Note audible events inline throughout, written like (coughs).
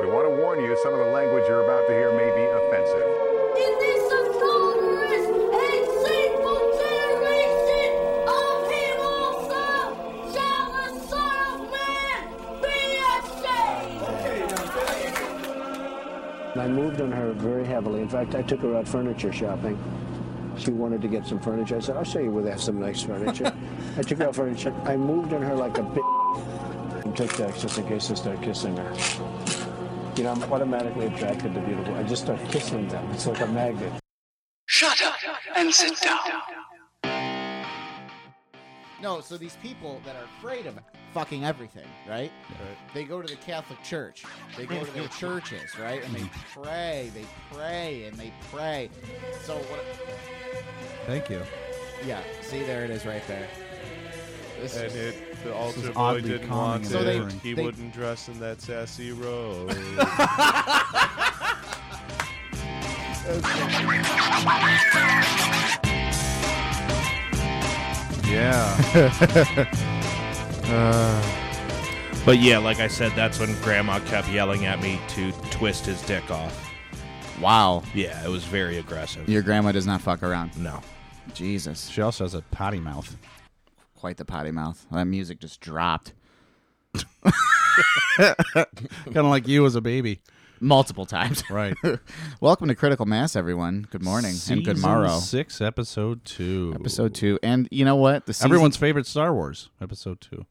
We want to warn you, some of the language you're about to hear may be offensive. In this notorious and sinful generation, all people serve, shall the Son of Man be ashamed? I moved on her very heavily. In fact, I took her out furniture shopping. She wanted to get some furniture. I said, I'll show you where they have some nice (laughs) furniture. I took her out furniture. I moved on her like a bitch and took that just in case I start kissing her. You know, I'm automatically attracted to beautiful. I just start kissing them. It's like a magnet. Shut up and sit down. No, so these people that are afraid of fucking everything, right? They go to the Catholic Church. They go to (laughs) their churches, right? And they pray, they pray, and they pray. So what? Thank you. Yeah, see, there it is, right there. This And is, it, the is altar boy oddly didn't calming want and So they- it. he they- wouldn't dress in that sassy robe. Yeah. (laughs) Uh. But yeah, like I said, that's when Grandma kept yelling at me to twist his dick off. Wow. Yeah, it was very aggressive. Your grandma does not fuck around. no. Jesus. She also has a potty (laughs) mouth. Quite the potty mouth. That music just dropped kind of like you as a baby. multiple times. (laughs) (laughs) Right. Welcome to Critical Mass, everyone. Good morning and good Season morrow. Six, episode two. Episode two. And you know what? The season, Everyone's favorite Star Wars. Episode two.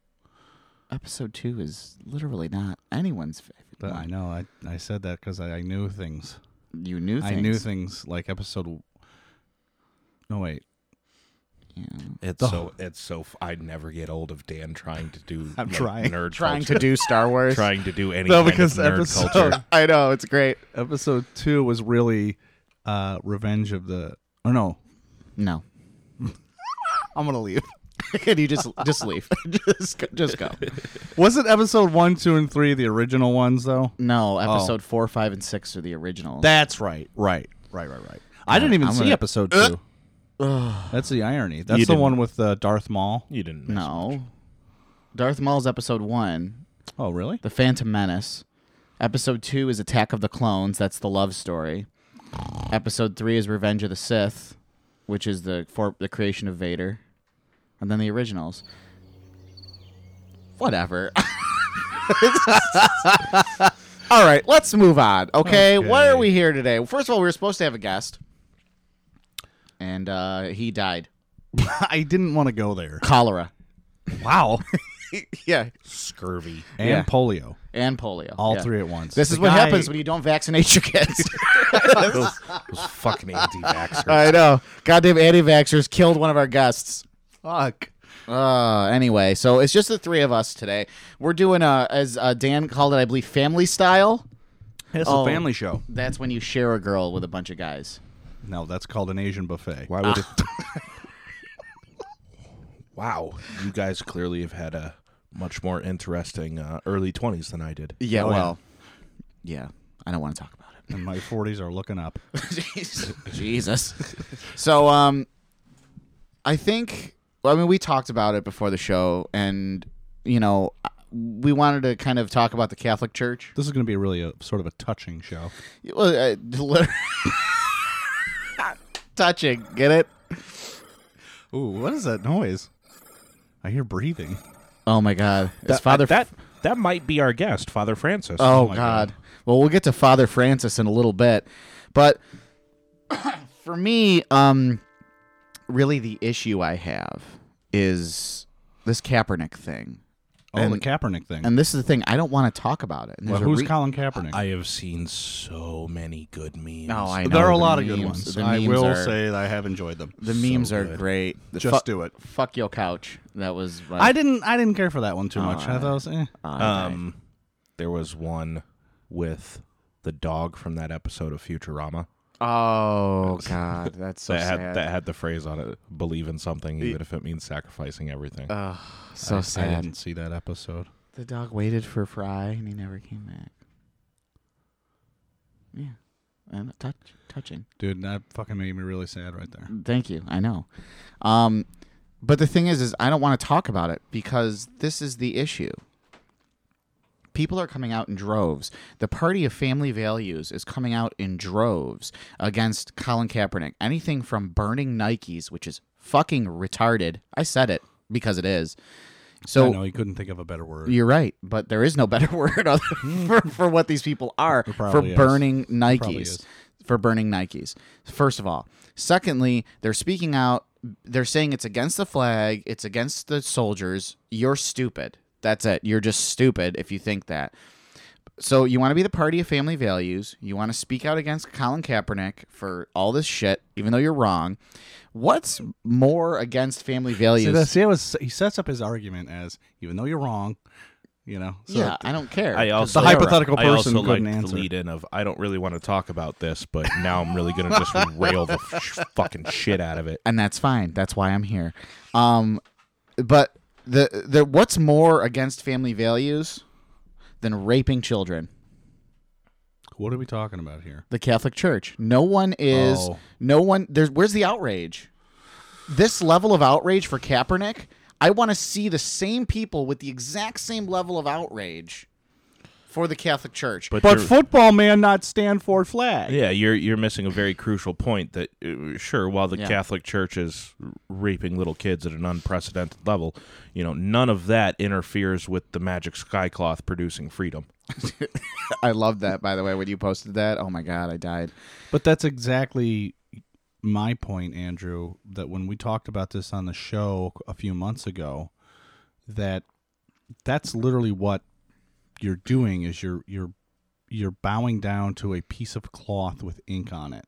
episode two is literally not anyone's favorite. But I one. know. I, I said that because I, I knew things. You knew things. I knew things like episode. No wait. Yeah. It's The- so it's so f- I'd never get old of Dan trying (laughs) to do I'm like, trying. nerd Trying to culture. do Star Wars. trying to do any No, kind because of nerd (laughs) episode- culture. I know. It's great. Episode two was really uh Revenge of the. Oh no! (laughs) No. I'm (laughs) gonna leave. Can you just just leave? (laughs) just go- just go. was it episode one, two, and three the original ones though? No, episode four, five, and six are the original. That's right. Right. Right. Right. Right. I didn't even I'm see gonna- episode two. That's the irony. That's the didn't. one with uh, Darth Maul. You didn't miss no. Darth Maul's episode one, Oh, really? The Phantom Menace. Episode two is Attack of the Clones. That's the love story. Episode three is Revenge of the Sith, which is the for the creation of Vader, and then the originals. Whatever. (laughs) all right, let's move on. Okay? why are Okay. we here today? First of all, we were supposed to have a guest, and uh, he died. (laughs) I didn't want to go there. Cholera. (laughs) Wow. Yeah, (laughs) Scurvy. and Yeah. polio. and polio. All yeah. three at once. This is The what guy- happens when you don't vaccinate your kids. (laughs) those, those fucking anti-vaxxers. I know. Goddamn anti-vaxxers killed one of our guests. Fuck. Uh, anyway, so it's just the three of us today. We're doing a, as uh, Dan called it, I believe, family style. It's Oh. a family show. That's when you share a girl with a bunch of guys. No, that's called an Asian buffet. (laughs) Why would it? wow, you guys clearly have had a much more interesting uh, early twenties than I did. Yeah, Oh, yeah. well, yeah. I don't want to talk about it. And (laughs) my 40s are looking up. (laughs) Jesus. So, um, I think. Well, I mean, we talked about it before the show, and you know, we wanted to kind of talk about the Catholic Church. This is going to be really a sort of a touching show. Well, uh, (laughs) literally- touching. Get it? Ooh, what is that noise? I hear breathing. Oh my God! It's Father. that that might be our guest, Father Francis. oh my God. Well, we'll get to Father Francis in a little bit, but (coughs) for me, um, really the issue I have is this Kaepernick thing, Oh, And- the Kaepernick thing. and this is the thing I don't want to talk about it. And well, there's a who's re- Colin Kaepernick? I have seen so many good memes. No, I know there are a the lot of good memes- ones. The I memes will are, say that I have enjoyed them. the memes are good. great. The Just fu- do it. Fuck your couch. That was. My, I didn't. I didn't care for that one too much. I Alright. thought it was, eh. Um, there was one with the dog from that episode of Futurama Oh God, that's so that had sad. that had the phrase on it: "Believe in something, even if it means sacrificing everything." Uh, so I sad. didn't see that episode. The dog waited for Fry and he never came back. Yeah. And touch, touching. Dude, that fucking made me really sad right there. Thank you. I know. Um, but the thing is, is I don't want to talk about it because this is the issue. People are coming out in droves. The party of family values is coming out in droves against Colin Kaepernick. Anything from burning Nikes, which is fucking retarded. I said it because it is. So I know he couldn't think of a better word. Hmm. you're right, but there is no better (laughs) word other for, for what these people are for probably is. burning probably Nikes. is. For burning Nikes, first of all. Secondly, they're speaking out. They're saying it's against the flag, it's against the soldiers. You're stupid. That's it. You're just stupid if you think that. So you want to be the party of family values. You want to speak out against Colin Kaepernick for all this shit, even though you're wrong. What's more against family values? See, that's, it was, he sets up his argument as even though you're wrong, you know. So yeah, I don't care. I also The hypothetical I also person liked couldn't answer. the lead in of I don't really want to talk about this, but now I'm really gonna (laughs) just rail the sh- fucking shit out of it. and that's fine. That's why I'm here. Um, but the the what's more against family values than raping children? What are we talking about here? The Catholic Church. No one is. Oh. No one. There's. Where's the outrage? This level of outrage for Kaepernick. I want to see the same people with the exact same level of outrage for the Catholic Church. But you're- football man not stand for flag. yeah, you're you're missing a very crucial point. That uh, sure, while the Yeah. Catholic Church is raping little kids at an unprecedented level, you know none of that interferes with the magic skycloth producing freedom. I love that. By the way, when you posted that, oh my god, I died. But that's exactly my point, Andrew, that when we talked about this on the show a few months ago, that that's literally what you're doing is you're you're you're bowing down to a piece of cloth with ink on it.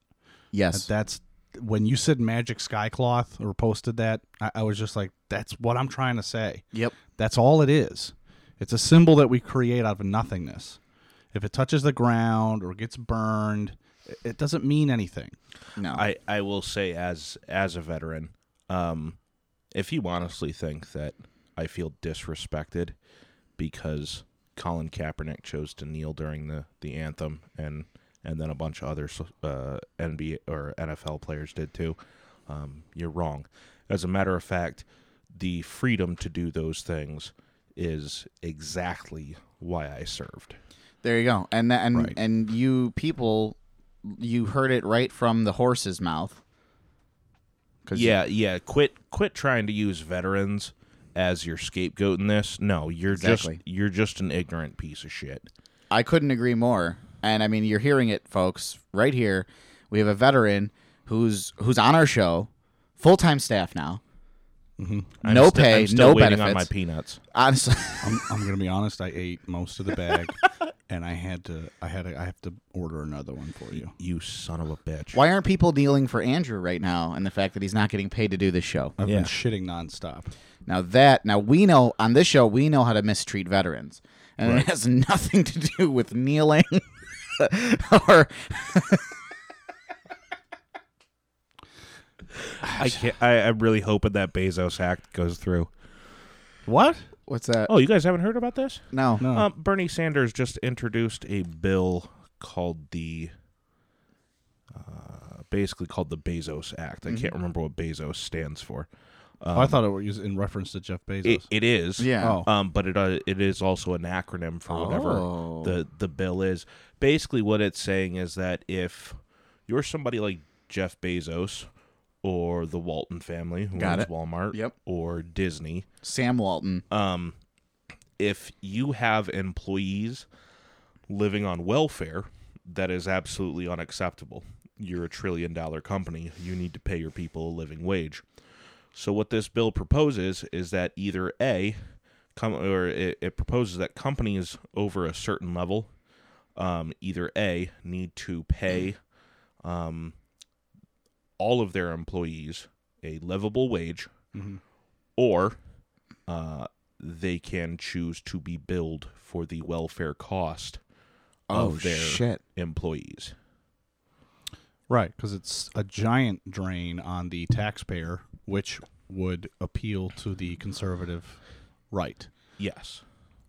Yes. That's when you said magic sky cloth or posted that, I, I was just like, that's what I'm trying to say. yep. That's all it is. It's a symbol that we create out of nothingness. If it touches the ground or gets burned, it- it doesn't mean anything. No. I, I will say as as a veteran, um, if you honestly think that I feel disrespected because Colin Kaepernick chose to kneel during the, the anthem and and then a bunch of other uh, NBA or NFL players did too, um, you're wrong. As a matter of fact, the freedom to do those things is exactly why I served. There you go. And that, and Right. and you people, you heard it right from the horse's mouth. 'Cause- Yeah, yeah. Quit quit trying to use veterans as your scapegoat in this. No, you're Exactly. just you're just an ignorant piece of shit. I couldn't agree more. And I mean, you're hearing it, folks, right here. We have a veteran who's who's on our show, full time staff now. I'm No sti- pay, I'm still no waiting on benefits. my peanuts. Honestly, (laughs) I'm, I'm gonna be honest. I ate most of (laughs) the bag, and I had to. I had. To, I have to order another one for you. You son of a bitch. why aren't people kneeling for Andrew right now and the fact that he's not getting paid to do this show? I've Yeah. been shitting nonstop. Now that now we know on this show we know how to mistreat veterans, and it has nothing to do with kneeling (laughs) or I can't, I, I'm really hoping that Bezos act goes through. What? what's that? Oh, you guys haven't heard about this? no, No. Um, Bernie Sanders just introduced a bill called the, uh, basically called the Bezos Act. I Mm-hmm. can't remember what Bezos stands for. Oh, I thought it was in reference to Jeff Bezos. Um, It, it is. yeah. Oh. um, but it uh, it is also an acronym for whatever Oh. the the bill is. Basically, what it's saying is that if you're somebody like Jeff Bezos or the Walton family, who Got owns it. Walmart, Yep. or Disney, Sam Walton. um, if you have employees living on welfare, that is absolutely unacceptable. You're a trillion dollar company. You need to pay your people a living wage. So what this bill proposes is that either a com- or it, it proposes that companies over a certain level, um, either a need to pay um, all of their employees a livable wage, or uh, they can choose to be billed for the welfare cost Oh, of their shit. employees. Right, because it's a giant drain on the taxpayer, which would appeal to the conservative right. Yes.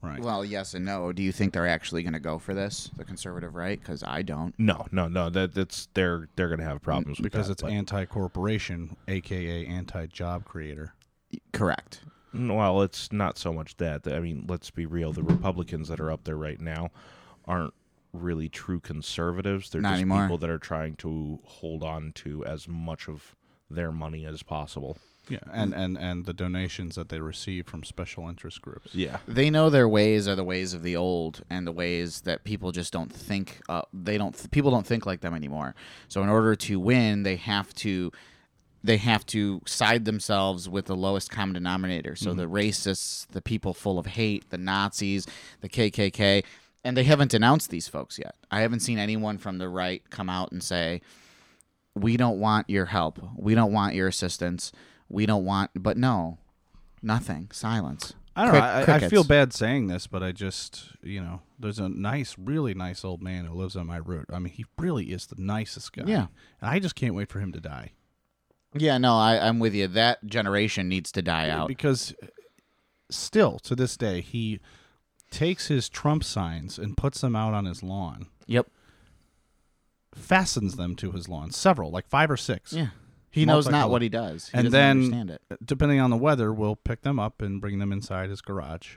Right. Well, yes and no. Do you think they're actually going to go for this, the conservative right? Because I don't. No, no, no. That that's they're they're gonna have problems with because that, it's but- anti-corporation, aka anti-job creator. Correct. Well, it's not so much that. I mean, let's be real. The Republicans that are up there right now aren't really true conservatives. They're Not just anymore. people that are trying to hold on to as much of their money as possible. Yeah, and, and, and the donations that they receive from special interest groups. Yeah. They know their ways are the ways of the old and the ways that people just don't think. Uh, they don't. people don't think like them anymore. So in order to win, they have to. They have to side themselves with the lowest common denominator. So the racists, the people full of hate, the Nazis, the KKK, and they haven't denounced these folks yet. I haven't seen anyone from the right come out and say, we don't want your help. We don't want your assistance. We don't want, but no, nothing. Silence. I don't Crick- know. I, I crickets. feel bad saying this, but I just, you know, there's a nice, really nice old man who lives on my route. I mean, he really is the nicest guy. Yeah. And I just can't wait for him to die Yeah, no, I, I'm with you. That generation needs to die out. because still to this day, he takes his Trump signs and puts them out on his lawn, Yep. fastens them to his lawn, several, like five or six. Yeah. He knows not Multicolor. what he does. He and doesn't then, understand it. depending on the weather, we'll pick them up and bring them inside his garage.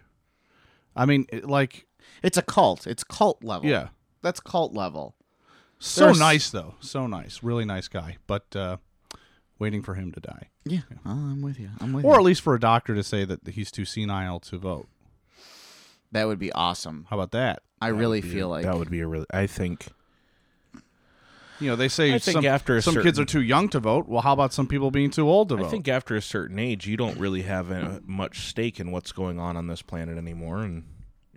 I mean, it, like, It's a cult. It's cult level. yeah. That's cult level. So There's- nice though. So nice. Really nice guy. But uh waiting for him to die. Yeah. Oh, I'm with you. I'm with Or at you. least for a doctor to say that he's too senile to vote. That would be awesome. How about that? I really feel like that would be a really. I think. You know, they say I think some, after a some kids certain- are too young to vote. Well, how about some people being too old to vote? I think after a certain age, you don't really have uh, much stake in what's going on on this planet anymore, and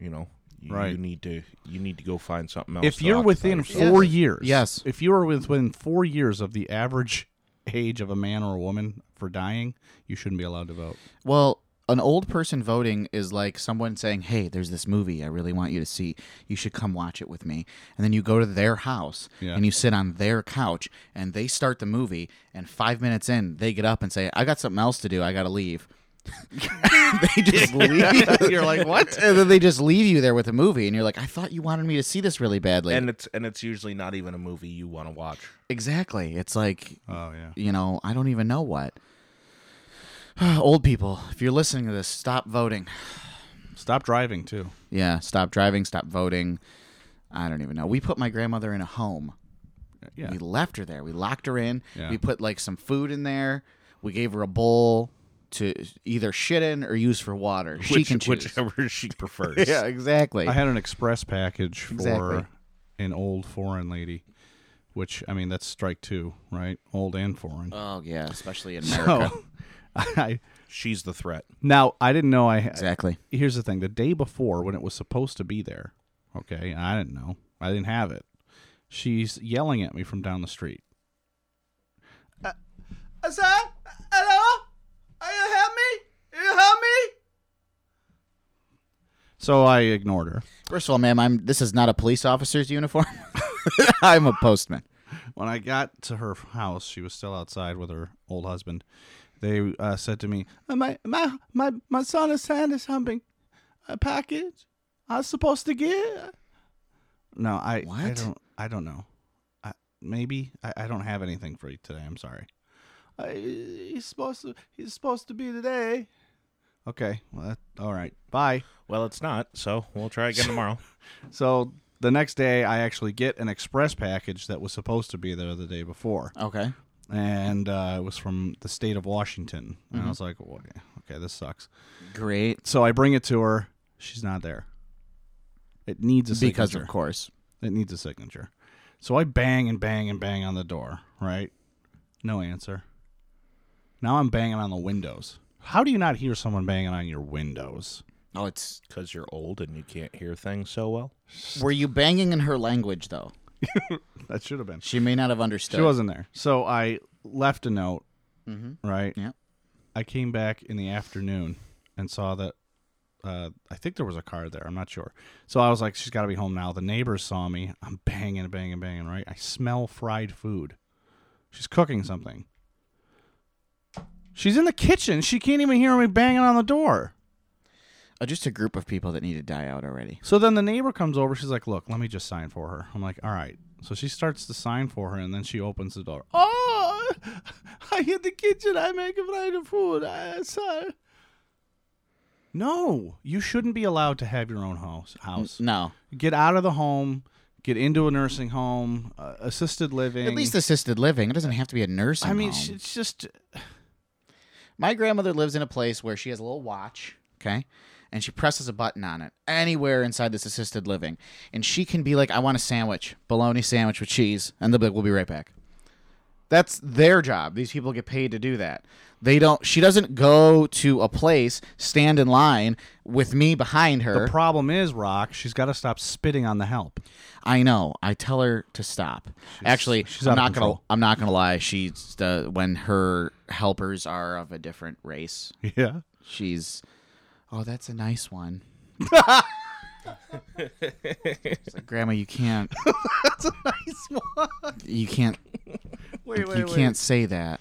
you know, you, Right. you need to you need to go find something else. if to you're occupy within yourself. four years, Yes. If you are within four years of the average age of a man or a woman for dying, you shouldn't be allowed to vote. Well, an old person voting is like someone saying, "Hey, there's this movie I really want you to see. You should come watch it with me." And then you go to their house Yeah. and you sit on their couch and they start the movie and 5 minutes in, they get up and say, "I got something else to do. I got to leave." (laughs) they just leave. you're like, "What?" And then they just leave you there with a movie and you're like, "I thought you wanted me to see this really badly." and it's and it's usually not even a movie you want to watch. exactly. It's like Oh yeah. you know, I don't even know what. (sighs) Old people, if you're listening to this, stop voting. Stop driving too. Yeah, stop driving, stop voting. I don't even know. We put my grandmother in a home. Yeah. We left her there. We locked her in. Yeah. We put like some food in there. We gave her a bowl to either shit in or use for water. she Which- can choose. (laughs) whichever she prefers. Yeah, exactly. I had an express package for Exactly. an old foreign lady, which I mean that's strike two, right? Old and foreign. oh yeah, especially (laughs) in Oh, America. so, (laughs) I She's the threat. now I didn't know I had. Exactly. Here's the thing: the day before when it was supposed to be there, okay, I didn't know, I didn't have it. She's yelling at me from down the street. Uh, sir, hello, are you help me? Are you help me? So I ignored her. First of all, ma'am, I'm this is not a police officer's uniform. (laughs) I'm a postman. When I got to her house, she was still outside with her old husband. They uh, said to me, "Uh, "My my my my son is Sanders humping a package. I was supposed to get." No, I I What? don't I don't know. I, maybe I, I don't have anything for you today. I'm sorry. I, he's supposed to he's supposed to be today. Okay, well, that, all right. Bye. Well, it's not. So we'll try again tomorrow. So the next day, I actually get an express package that was supposed to be there the day before. Okay. and uh, it was from the state of Washington. And I was like, well, okay, okay, this sucks. Great. So I bring it to her. She's not there. It needs a Because signature. of course. It needs a signature. So I bang and bang and bang on the door, right? No answer. Now I'm banging on the windows. How do you not hear someone banging on your windows? Oh, it's Because you're old and you can't hear things so well. Were you banging in her language though? That should have been. She may not have understood. She wasn't there. So I left a note, right? Yep. I came back in the afternoon and saw that. Uh, I think there was a car there. I'm not sure. So I was like, she's got to be home now. The neighbors saw me. I'm banging, banging, banging, right? I smell fried food. She's cooking something. She's in the kitchen. She can't even hear me banging on the door. Uh, just a group of people that need to die out already. So then the neighbor comes over. She's like, "Look, let me just sign for her." I'm like, "All right." So she starts to sign for her, and then she opens the door. (laughs) Oh, I in the kitchen. I make fried food. I sorry. No, you shouldn't be allowed to have your own house. House. No. Get out of the home. Get into a nursing home, uh, assisted living. At least assisted living. It doesn't have to be a nursing I mean, home. it's it's just My grandmother lives in a place where she has a little watch, okay? And she presses a button on it anywhere inside this assisted living. And she can be like, I want a sandwich, bologna sandwich with cheese. And they'll be like, we'll be right back. That's their job. These people get paid to do that. They don't, she doesn't go to a place, stand in line with me behind her. the problem is, Rock. She's got to stop spitting on the help. (laughs) I know. I tell her to stop. Actually, she's I'm out of not gonna. control. I'm not gonna lie. She's the when her helpers are of a different race. Yeah. She's, oh, that's a nice one. It's like, Grandma, you can't. (laughs) that's a nice one. You can't. you can't say that.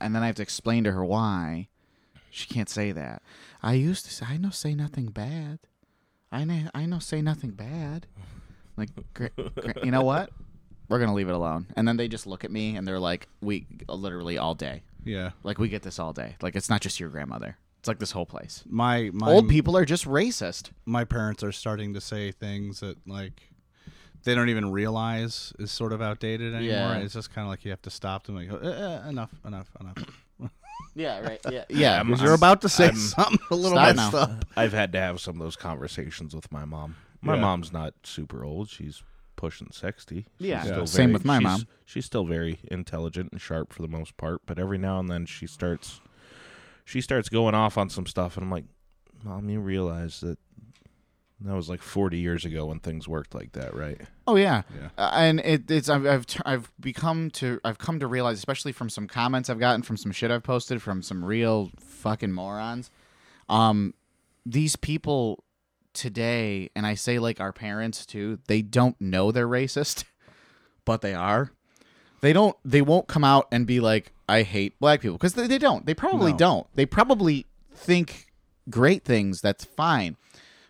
And then I have to explain to her why she can't say that. I used to say, I know say nothing bad. I know, I know say nothing bad. Like, gr- gr- you know what? We're gonna leave it alone. And then they just look at me and they're like, we literally all day. Yeah. Like we get this all day. Like it's not just your grandmother. It's like this whole place. My my Old people are just racist. my parents are starting to say things that like they don't even realize is sort of outdated anymore. Yeah. It's just kind of like you have to stop them. Like uh, uh, enough, enough, (clears throat) enough. Yeah, right. Yeah, (laughs) yeah. I'm- You're about to (laughs) say I'm- something a little Stop messed now. up. (laughs) I've had to have some of those conversations with my mom. My Yeah. mom's not super old. She's pushing 60. She's Yeah. still Same very- with my she's- mom. She's still very intelligent and sharp for the most part, but every now and then she starts she starts going off on some stuff and I'm like, "Mom, you realize that that was like 40 years ago when things worked like that, right?" Oh yeah, Yeah. Uh, and it, it's I've I've, tur- I've become to I've come to realize, especially from some comments I've gotten from some shit I've posted from some real fucking morons. Um, these people today, and I say like our parents too, they don't know they're racist, (laughs) but they are. They don't. They won't come out and be like, "I hate black people," because they, they don't. They probably No. don't. They probably think great things. That's fine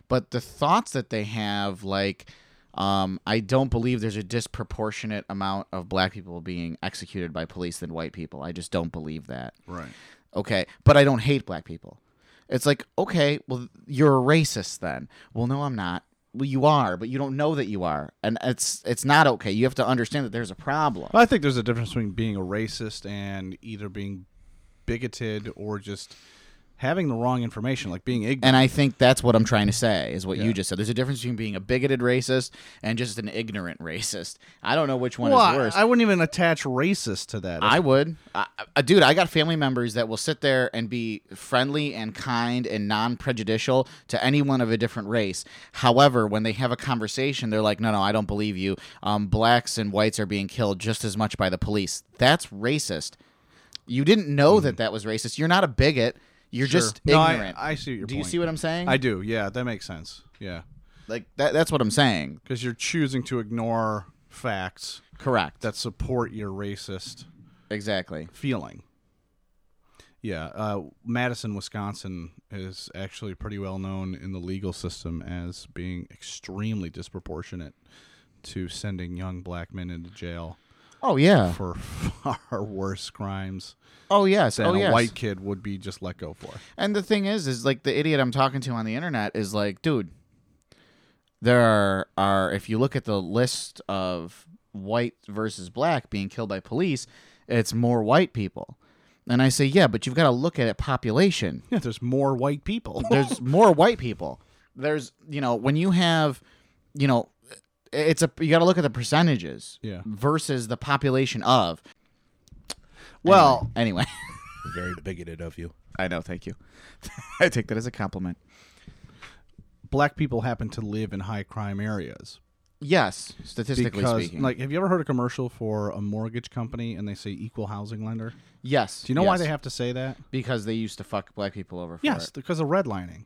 but the thoughts that they have like um, i don't believe there's a disproportionate amount of black people being executed by police than white people i just don't believe that Right. okay but i don't hate black people it's like okay well you're a racist then well no i'm not well you are but you don't know that you are and it's it's not okay you have to understand that there's a problem Well, I think there's a difference between being a racist and either being bigoted or just having the wrong information, like being ignorant. and I think that's what I'm trying to say is what Yeah. you just said. There's a difference between being a bigoted racist and just an ignorant racist. I don't know which one well, is I- worse. I wouldn't even attach racist to that. I would. I, I, dude, I got family members that will sit there and be friendly and kind and non prejudicial to anyone of a different race. However, when they have a conversation, they're like, no, no, I don't believe you. Um, blacks and whites are being killed just as much by the police. That's racist. You didn't know that that was racist. You're not a bigot. You're Mm. Sure. just No, I- ignorant. I, see your Do point. you see what I'm saying? I do. Yeah, that makes sense. Yeah, like that, that's what I'm saying. because you're choosing to ignore facts Correct. that support your racist exactly. feeling. Yeah, uh, Madison, Wisconsin is actually pretty well known in the legal system as being extremely disproportionate to sending young black men into jail Oh yeah. for (laughs) far worse crimes Oh yes. than Oh yes. a white kid would be just let go for. And the thing is, is like the idiot I'm talking to on the internet is like, dude, there are, are if you look at the list of white versus black being killed by police, it's more white people. And I say, yeah, but you've got to look at it population. Yeah, there's more white people. There's more white people. There's, you know, when you have, you know, it's a you got to look at the percentages Yeah. versus the population of. well, Anyway, Very (laughs) bigoted of you. I know. Thank you. (laughs) I take that as a compliment. (laughs) black people happen to live in high crime areas. Yes, statistically Because, speaking. like, have you ever heard a commercial for a mortgage company and they say equal housing lender? Yes. Do you know why yes. they have to say that? Because they used to fuck black people over. For Yes, It. because of redlining.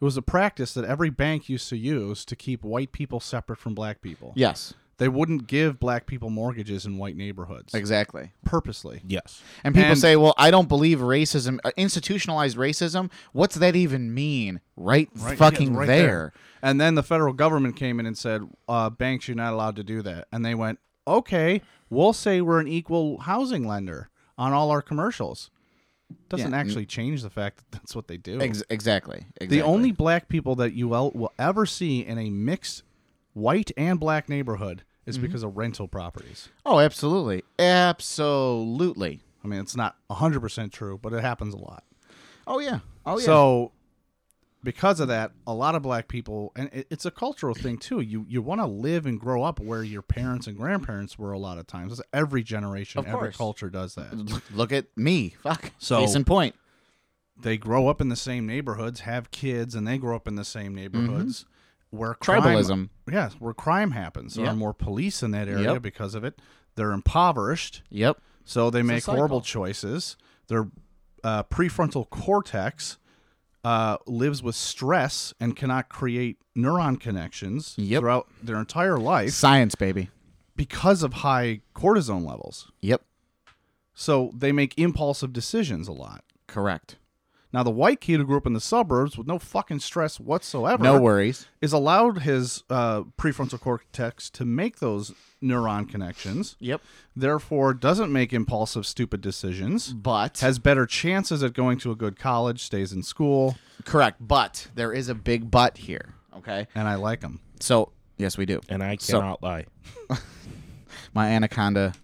It was a practice that every bank used to use to keep white people separate from black people. Yes. They wouldn't give black people mortgages in white neighborhoods Exactly. purposely. Yes. And people And- say, "Well, I don't believe racism, uh, institutionalized racism. What's that even mean?" Right, fucking yeah, right there. And then the federal government came in and said, uh, banks, you're not allowed to do that. And they went, okay, we'll say we're an equal housing lender on all our commercials. Doesn't Yeah. actually change the fact that that's what they do. Ex- exactly, exactly. The only black people that you el- will ever see in a mixed white and black neighborhood is Mm-hmm. because of rental properties. Oh, absolutely, absolutely. I mean, it's not 100% true, but it happens a lot. Oh yeah. Oh yeah. So because of that, a lot of black people and it, it's a cultural thing too. You you want to live and grow up where your parents and grandparents were a lot of times. It's every generation, Of every course. culture does that. Look- look at me. Fuck. So- case in point. They grow up in the same neighborhoods, have kids and they grow up in the same neighborhoods where crime- Mm-hmm. Tribalism. yes, where crime happens. There Yeah. are more police in that area Yep. because of it. They're impoverished. Yep. So they make cycle. horrible choices. Their uh, prefrontal cortex uh, lives with stress and cannot create neuron connections Yep. throughout their entire life Science, baby. because of high cortisone levels. Yep. So they make impulsive decisions a lot. Correct. Now the white kid who grew up in the suburbs with no fucking stress whatsoever No worries. is allowed his uh, prefrontal cortex to make those neuron connections. Yep. Therefore, doesn't make impulsive, stupid decisions. But has better chances at going to a good college, stays in school, correct. But there is a big but here. Okay. and I like him. So yes, we do. And I So- cannot lie. my anaconda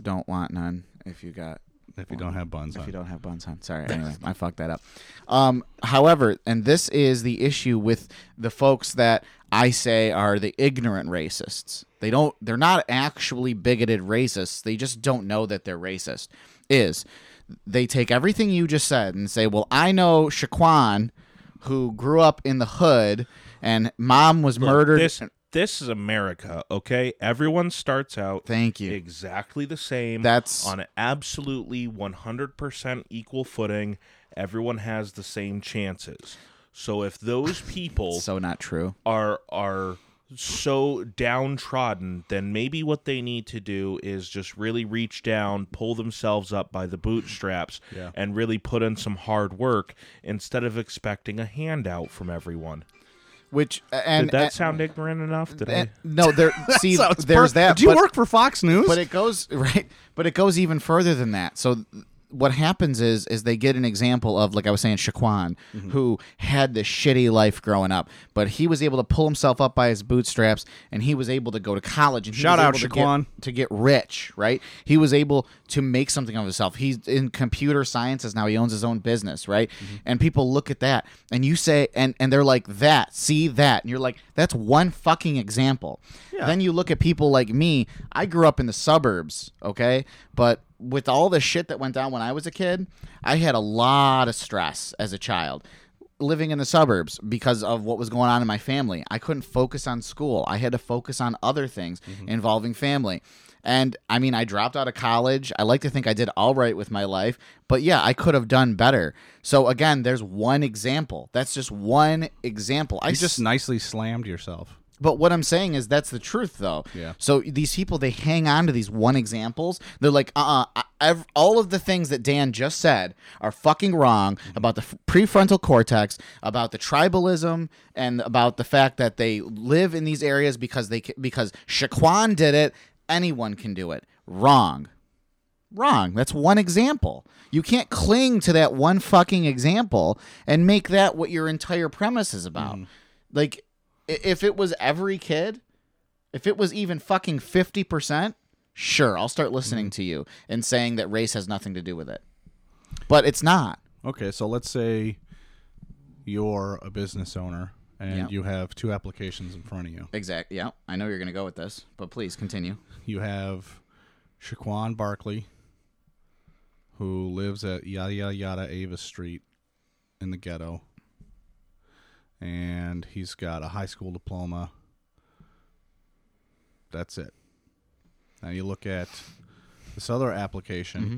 don't want none. If you got If you don't have buns, if on. (laughs) you don't have buns on. Sorry, anyway, I fucked that up. Um, however, and this is the issue with the folks that I say are the ignorant racists. They don't. They're not actually bigoted racists. They just don't know that they're racist. Is they take everything you just said and say, "Well, I know Shaquan, who grew up in the hood, and mom was murdered." This this is America, okay? Everyone starts out Thank you. exactly the same. That's- on absolutely 100% equal footing. Everyone has the same chances. So if (laughs) those people so not true. are are so downtrodden, then maybe what they need to do is just really reach down, pull themselves up by the bootstraps, and really put in some hard work instead of expecting a handout from everyone. Which and Did that and- sound ignorant enough? Did and- I- no, (laughs) there. see, So it's there's per- that. Do you but- work for Fox News? but it goes (laughs) right but it goes even further than that so th- what happens is is they get an example of like i was saying shaquan who had this shitty life growing up but he was able to pull himself up by his bootstraps and he was able to go to college and he Shout was out, able to Shaquan. get, to get rich, right? He was able to make something of himself. He's in computer sciences now. He owns his own business, right? Mm-hmm. And people look at that and you say and and they're like that, see that. And you're like that's one fucking example. Then you look at people like me. I grew up in the suburbs, okay? But with all the shit that went down when I was a kid, I had a lot of stress as a child living in the suburbs because of what was going on in my family. I couldn't focus on school. I had to focus on other things involving family. And I mean, I dropped out of college. I like to think I did all right with my life, but yeah, I could have done better. So again, there's one example. That's just one example. I you just just nicely slammed yourself. but what I'm saying is that's the truth, though. Yeah. So these people, they hang on to these one examples. They're like, uh, uh all of the things that Dan just said are fucking wrong about the f- prefrontal cortex, about the tribalism, and about the fact that they live in these areas because they c- because Shaquan did it. Anyone can do it. Wrong. Wrong. That's one example. You can't cling to that one fucking example and make that what your entire premise is about. Like, i- if it was every kid, if it was even fucking 50%, sure, I'll start listening to you and saying that race has nothing to do with it. But it's not. Okay, so let's say you're a business owner and Yeah. you have two applications in front of you. Exactly. Yeah, I know you're going to go with this, but please continue. You have Shaquan Barkley, who lives at yada yada yada Ava Street in the ghetto, and he's got a high school diploma. That's it. Now you look at this other application. Mm-hmm.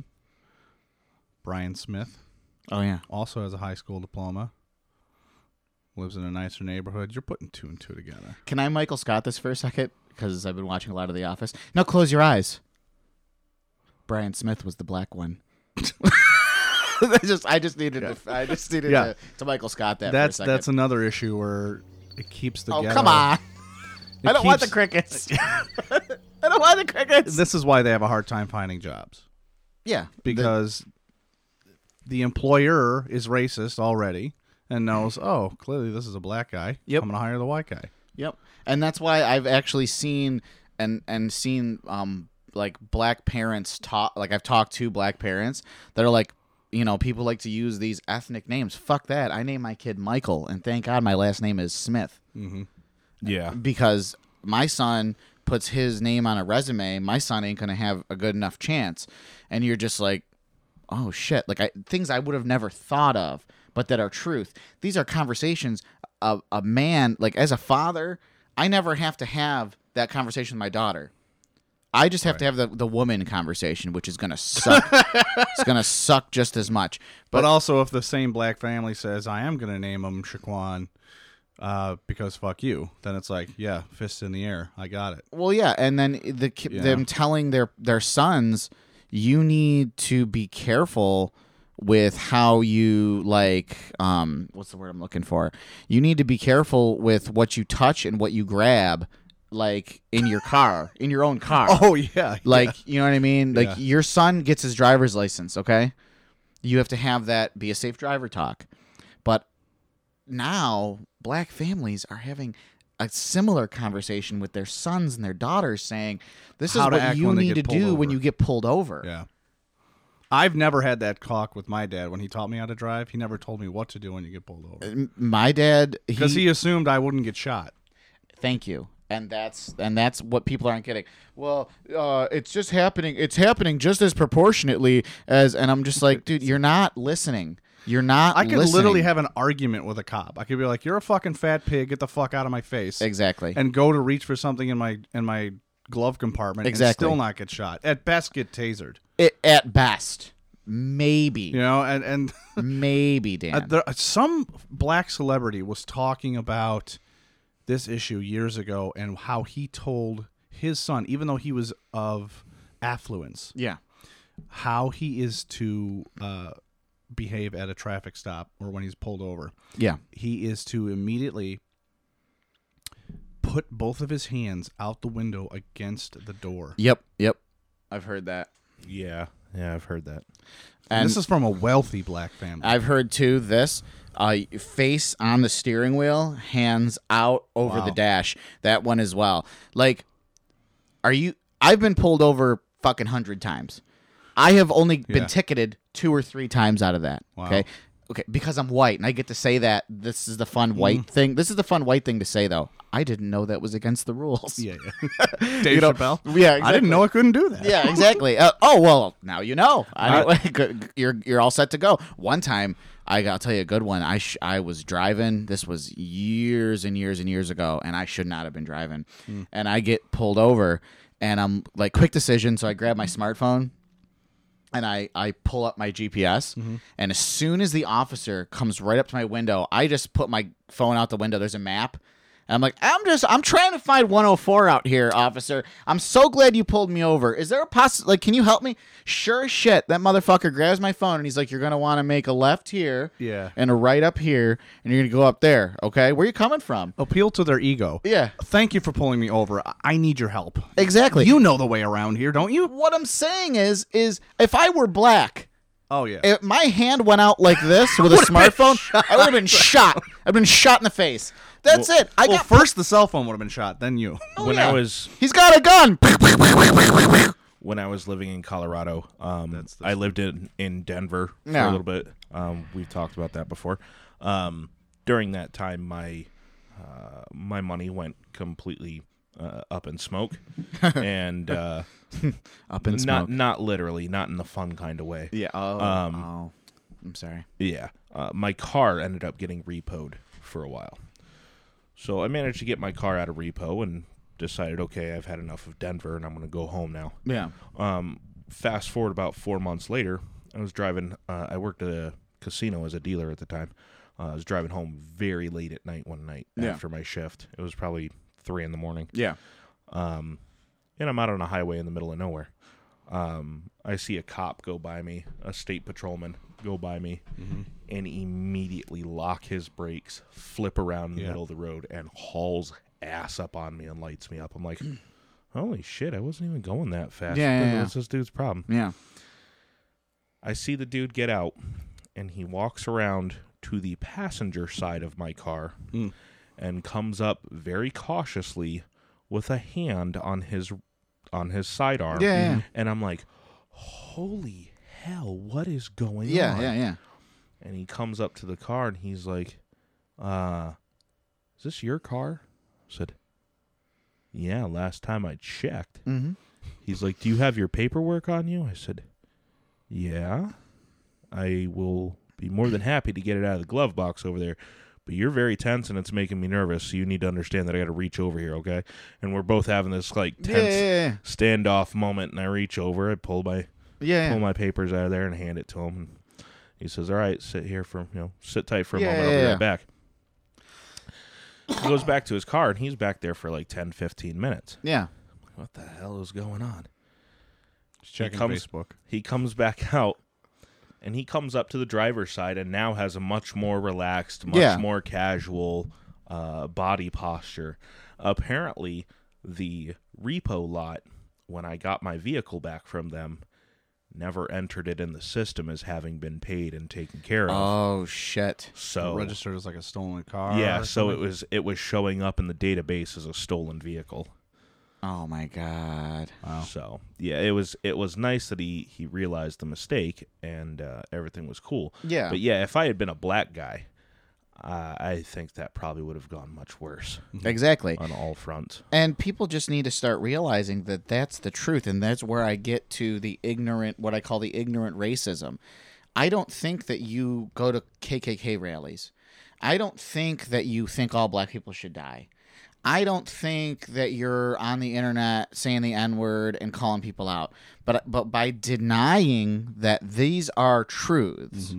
Brian Smith Oh, yeah. also has a high school diploma. Lives in a nicer neighborhood. You're putting two and two together. Can I Michael Scott this for a second? Because I've been watching a lot of The Office. Now close your eyes. Brian Smith was the black one. (laughs) I just, I just needed, to, I just needed Yeah. to, to Michael Scott that. That's for a second. that's another issue where it keeps the Oh ghetto. come on! I don't want the keeps- (laughs) crickets. I (laughs) don't want the crickets. this is why they have a hard time finding jobs yeah, the- because the employer is racist already and knows, oh, clearly this is a black guy. Yep. I'm going to hire the white guy. Yep. And that's why I've actually seen and and seen um like black parents talk like I've talked to black parents that are like you know, people like to use these ethnic names. Fuck that. I name my kid Michael and thank God my last name is Smith Yeah. because my son puts his name on a resume, my son ain't going to have a good enough chance. And you're just like, oh shit, like I, things I would have never thought of, but that are truth. These are conversations a, a man, like as a father, I never have to have that conversation with my daughter. I just have to have the, the woman conversation, which is going to suck. it's going to (laughs) suck just as much. But But, also, if the same black family says, I am going to name him Shaquan uh, because fuck you, then it's like, yeah, fist in the air. I got it. Well, yeah, and then the ki- Yeah. them telling their their sons, you need to be careful with how you like um what's the word I'm looking for? You need to be careful with what you touch and what you grab like in your car, in your own car. (laughs) (laughs) Oh, yeah. (laughs) Like, you know what I mean? Like Yeah. your son gets his driver's license, okay? You have to have that be a safe driver talk. But now black families are having a similar conversation with their sons and their daughters saying this How is to what act you when they need to get do pulled when over." you get pulled over. Yeah. I've never had that talk with my dad when he taught me how to drive. He never told me what to do when you get pulled over M- My dad he, because he, assumed I wouldn't get shot. thank you. And that's and that's what people aren't getting. Well, uh, it's just happening. It's happening just as proportionately as. And I'm just like, dude, you're not listening. You're not. I could listening. literally have an argument with a cop. I could be like, "You're a fucking fat pig. Get the fuck out of my face." exactly. And go to reach for something in my in my glove compartment and Exactly. still not get shot. At best get tasered. it, at best, maybe, You know, and and (laughs) maybe Dan. Uh, there, uh, some black celebrity was talking about this issue years ago and how he told his son, even though he was of affluence, yeah, how he is to uh, behave at a traffic stop or when he's pulled over. yeah, He is to immediately put both of his hands out the window against the door. yep, yep. I've heard that, Yeah. Yeah, I've heard that. and, this is from a wealthy black family. I've heard too. This uh, face on the steering wheel, hands out over the dash. That one as well. Like, are you? I've been pulled over fucking hundred times. I have only been Yeah. ticketed two or three times out of that. Okay. Okay, because I'm white and I get to say that this is the fun Mm-hmm. white thing. This is the fun white thing to say though. I didn't know that was against the rules. (laughs) yeah, yeah. Dave know, Chappelle. yeah, I didn't know I couldn't do that. yeah, exactly. Uh, oh well, now you know. I (laughs) don't- you're you're all set to go. One time, I gotta tell you a good one. I sh- I was driving. This was years and years and years ago, and I should not have been driving. And I get pulled over, and I'm like, quick decision. So I grab my smartphone, and I, I pull up my GPS. Mm-hmm. And as soon as the officer comes right up to my window, I just put my phone out the window. There's a map. And I'm like, I'm just, I'm trying to find 104 out here, officer. I'm so glad you pulled me over. Is there a poss, like, can you help me? Sure as shit. That motherfucker grabs my phone and he's like, you're going to want to make a left here. Yeah. And a right up here. And you're going to go up there. Okay. Where you coming from? appeal to their ego. Yeah. Thank you for pulling me over. I- I need your help. Exactly. You know the way around here, don't you? what I'm saying is, is if I were black, Oh yeah. if my hand went out like this with a smartphone, I would have been shot. I've been shot in the face. That's it. I well, got. first the cell phone would have been shot, then you. when Oh, yeah. I was He's got a (laughs) gun. when I was living in Colorado, um, I lived in in Denver for Yeah. a little bit. Um, we've talked about that before. Um, during that time, my uh, my money went completely uh, up in smoke, and uh, Up in not smoke. not literally, not in the fun kind of way. Yeah. Oh. Um, oh. I'm sorry. Yeah. Uh, my car ended up getting repoed for a while. So I managed to get my car out of repo and decided, okay, I've had enough of Denver and I'm going to go home now. Yeah. Um, fast forward about four months later, I was driving, uh, I worked at a casino as a dealer at the time. Uh, I was driving home very late at night one night Yeah. after my shift. It was probably three in the morning Yeah. and I'm out on a highway in the middle of nowhere. Um, I see a cop go by me, a state patrolman go by me, Mm-hmm. and immediately lock his brakes, flip around in the Yeah. middle of the road, and hauls ass up on me and lights me up. I'm like, (clears throat) holy shit, I wasn't even going that fast. Yeah, yeah, What the- yeah. What's this dude's problem? Yeah. I see the dude get out, and he walks around to the passenger side of my car and comes up very cautiously with a hand on his on his sidearm. Yeah, yeah. And I'm like, "Holy hell, what is going Yeah, on?" yeah, yeah. and he comes up to the car and he's like, uh, is this your car? I said, yeah, last time I checked. Mm-hmm. He's like, do you have your paperwork on you? I said, yeah. I will be more than happy to get it out of the glove box over there. But you're very tense and it's making me nervous. So you need to understand that I got to reach over here, okay? And we're both having this like Yeah, tense yeah, yeah. standoff moment. And I reach over, I pull my Yeah, pull yeah. my papers out of there and hand it to him. And he says, "All right, sit here for you know, sit tight for a Yeah, moment. yeah, I'll be yeah. right back." he goes back to his car and he's back there for like 10, 15 minutes. Yeah. What the hell is going on? Just checking comes- Facebook. He comes back (laughs) out and he comes up to the driver's side and now has a much more relaxed, much Yeah. more casual uh, body posture. Apparently, the repo lot, when I got my vehicle back from them, never entered it in the system as having been paid and taken care of. Oh shit. so Registered as like a stolen car. yeah, or so it something. was it was showing up in the database as a stolen vehicle. Oh my god. Um, So yeah, it was it was nice that he he realized the mistake and uh, everything was cool. Yeah. but yeah, if I had been a black guy, uh, I think that probably would have gone much worse Exactly. on all fronts. And people just need to start realizing that that's the truth, and that's where I get to the ignorant, what I call the ignorant racism. I don't think that you go to KKK rallies. I don't think that you think all black people should die. I don't think that you're on the internet saying the N word and calling people out. But but by denying that these are truths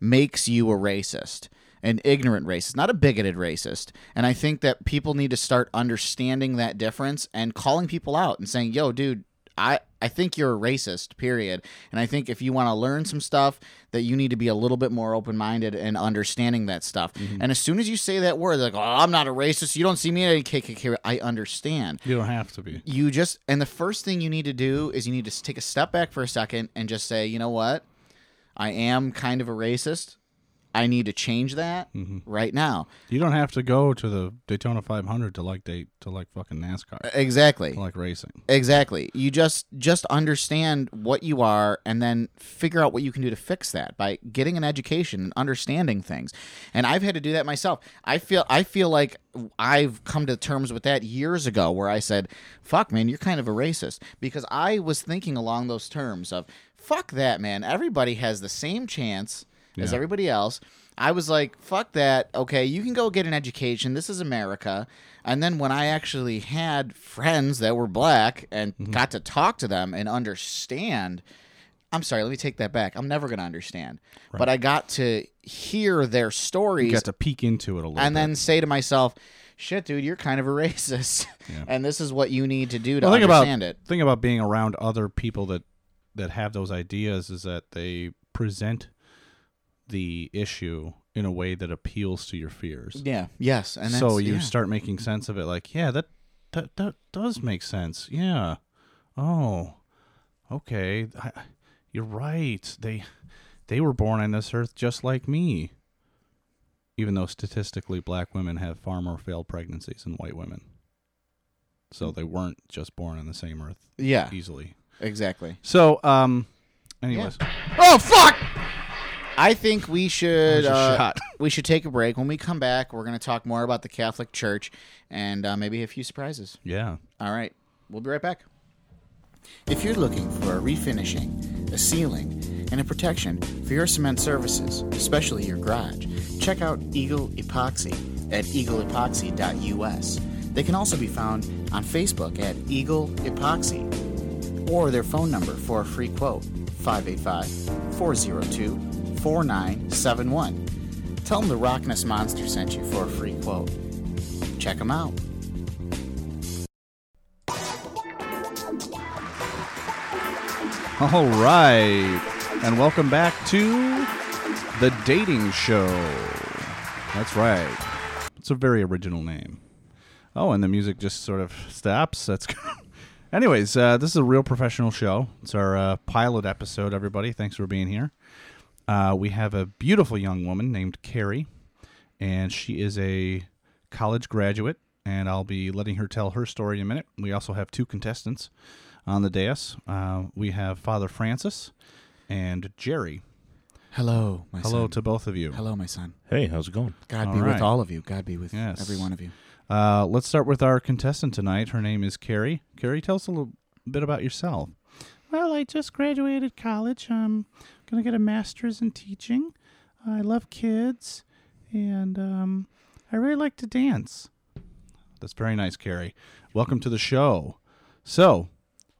makes you a racist an ignorant racist, not a bigoted racist. And I think that people need to start understanding that difference and calling people out and saying, "Yo, dude, I I think you're a racist." Period. And I think if you want to learn some stuff, that you need to be a little bit more open-minded and understanding that stuff. And as soon as you say that word, like, "Oh, I'm not a racist. You don't see me at any KKK." I understand You don't have to be. you just and the first thing you need to do is you need to s- take a step back for a second and just say you know what i am kind of a racist i need to change that right now You don't have to go to the Daytona 500 to like date to like fucking NASCAR, exactly to like racing. exactly you just just understand what you are and then figure out what you can do to fix that by getting an education and understanding things and i've had to do that myself i feel i feel like i've come to terms with that years ago where i said fuck man you're kind of a racist because i was thinking along those terms of fuck that man everybody has the same chance as Yeah. everybody else I was like, fuck that. Okay, you can go get an education. This is America. And then when I actually had friends that were black and Mm-hmm. got to talk to them and understand, I'm sorry, let me take that back. I'm never going to understand. But I got to hear their stories You got to peek into it a little. and bit. then say to myself, shit, dude, you're kind of a (laughs) racist. and this is what you need to do to Well, think about understand it. think about being around other people that that have those ideas is that they present the issue in a way that appeals to your fears. Yeah. Yes. And so that's- you yeah. Mm-hmm. start making sense of it like, yeah, that that, that does make sense. Yeah. Oh. Okay. I, you're right. They they were born on this earth just like me. Even though statistically black women have far more failed pregnancies than white women. So Mm. they weren't just born on the same earth Yeah. easily. Exactly. So, um, anyways, Oh fuck! I think we should your uh, shot. (laughs) we should take a break. When we come back, we're going to talk more about the Catholic Church and uh, maybe a few surprises. yeah. All right, we'll be right back. If you're looking for a refinishing, a sealing, and a protection for your cement services, especially your garage, check out Eagle Epoxy at eagleepoxy.us. They can also be found on Facebook at Eagle Epoxy or their phone number for a free quote 585 402 4971. Tell them the Rockness Monster sent you for a free quote. Check them out. All right. And welcome back to The Dating Show. That's right. It's a very original name. Oh, and the music just sort of stops. That's (laughs) good. Anyways, uh, this is a real professional show. It's our uh, pilot episode, everybody. Thanks for being here. Uh, we have a beautiful young woman named Carrie, and she is a college graduate, and I'll be letting her tell her story in a minute. We also have two contestants on the dais. Uh, we have Father Francis and Jerry. Hello, my Hello son. to both of you. Hello, my son. Hey, how's it going? God All be right. with all of you. God be with Yes. every one of you. Uh, let's start with our contestant tonight. Her name is Carrie. Carrie, tell us a little bit about yourself. Well, I just graduated college. I'm going to get a master's in teaching. I love kids, and um, I really like to dance. That's very nice, Carrie. Welcome to the show. So,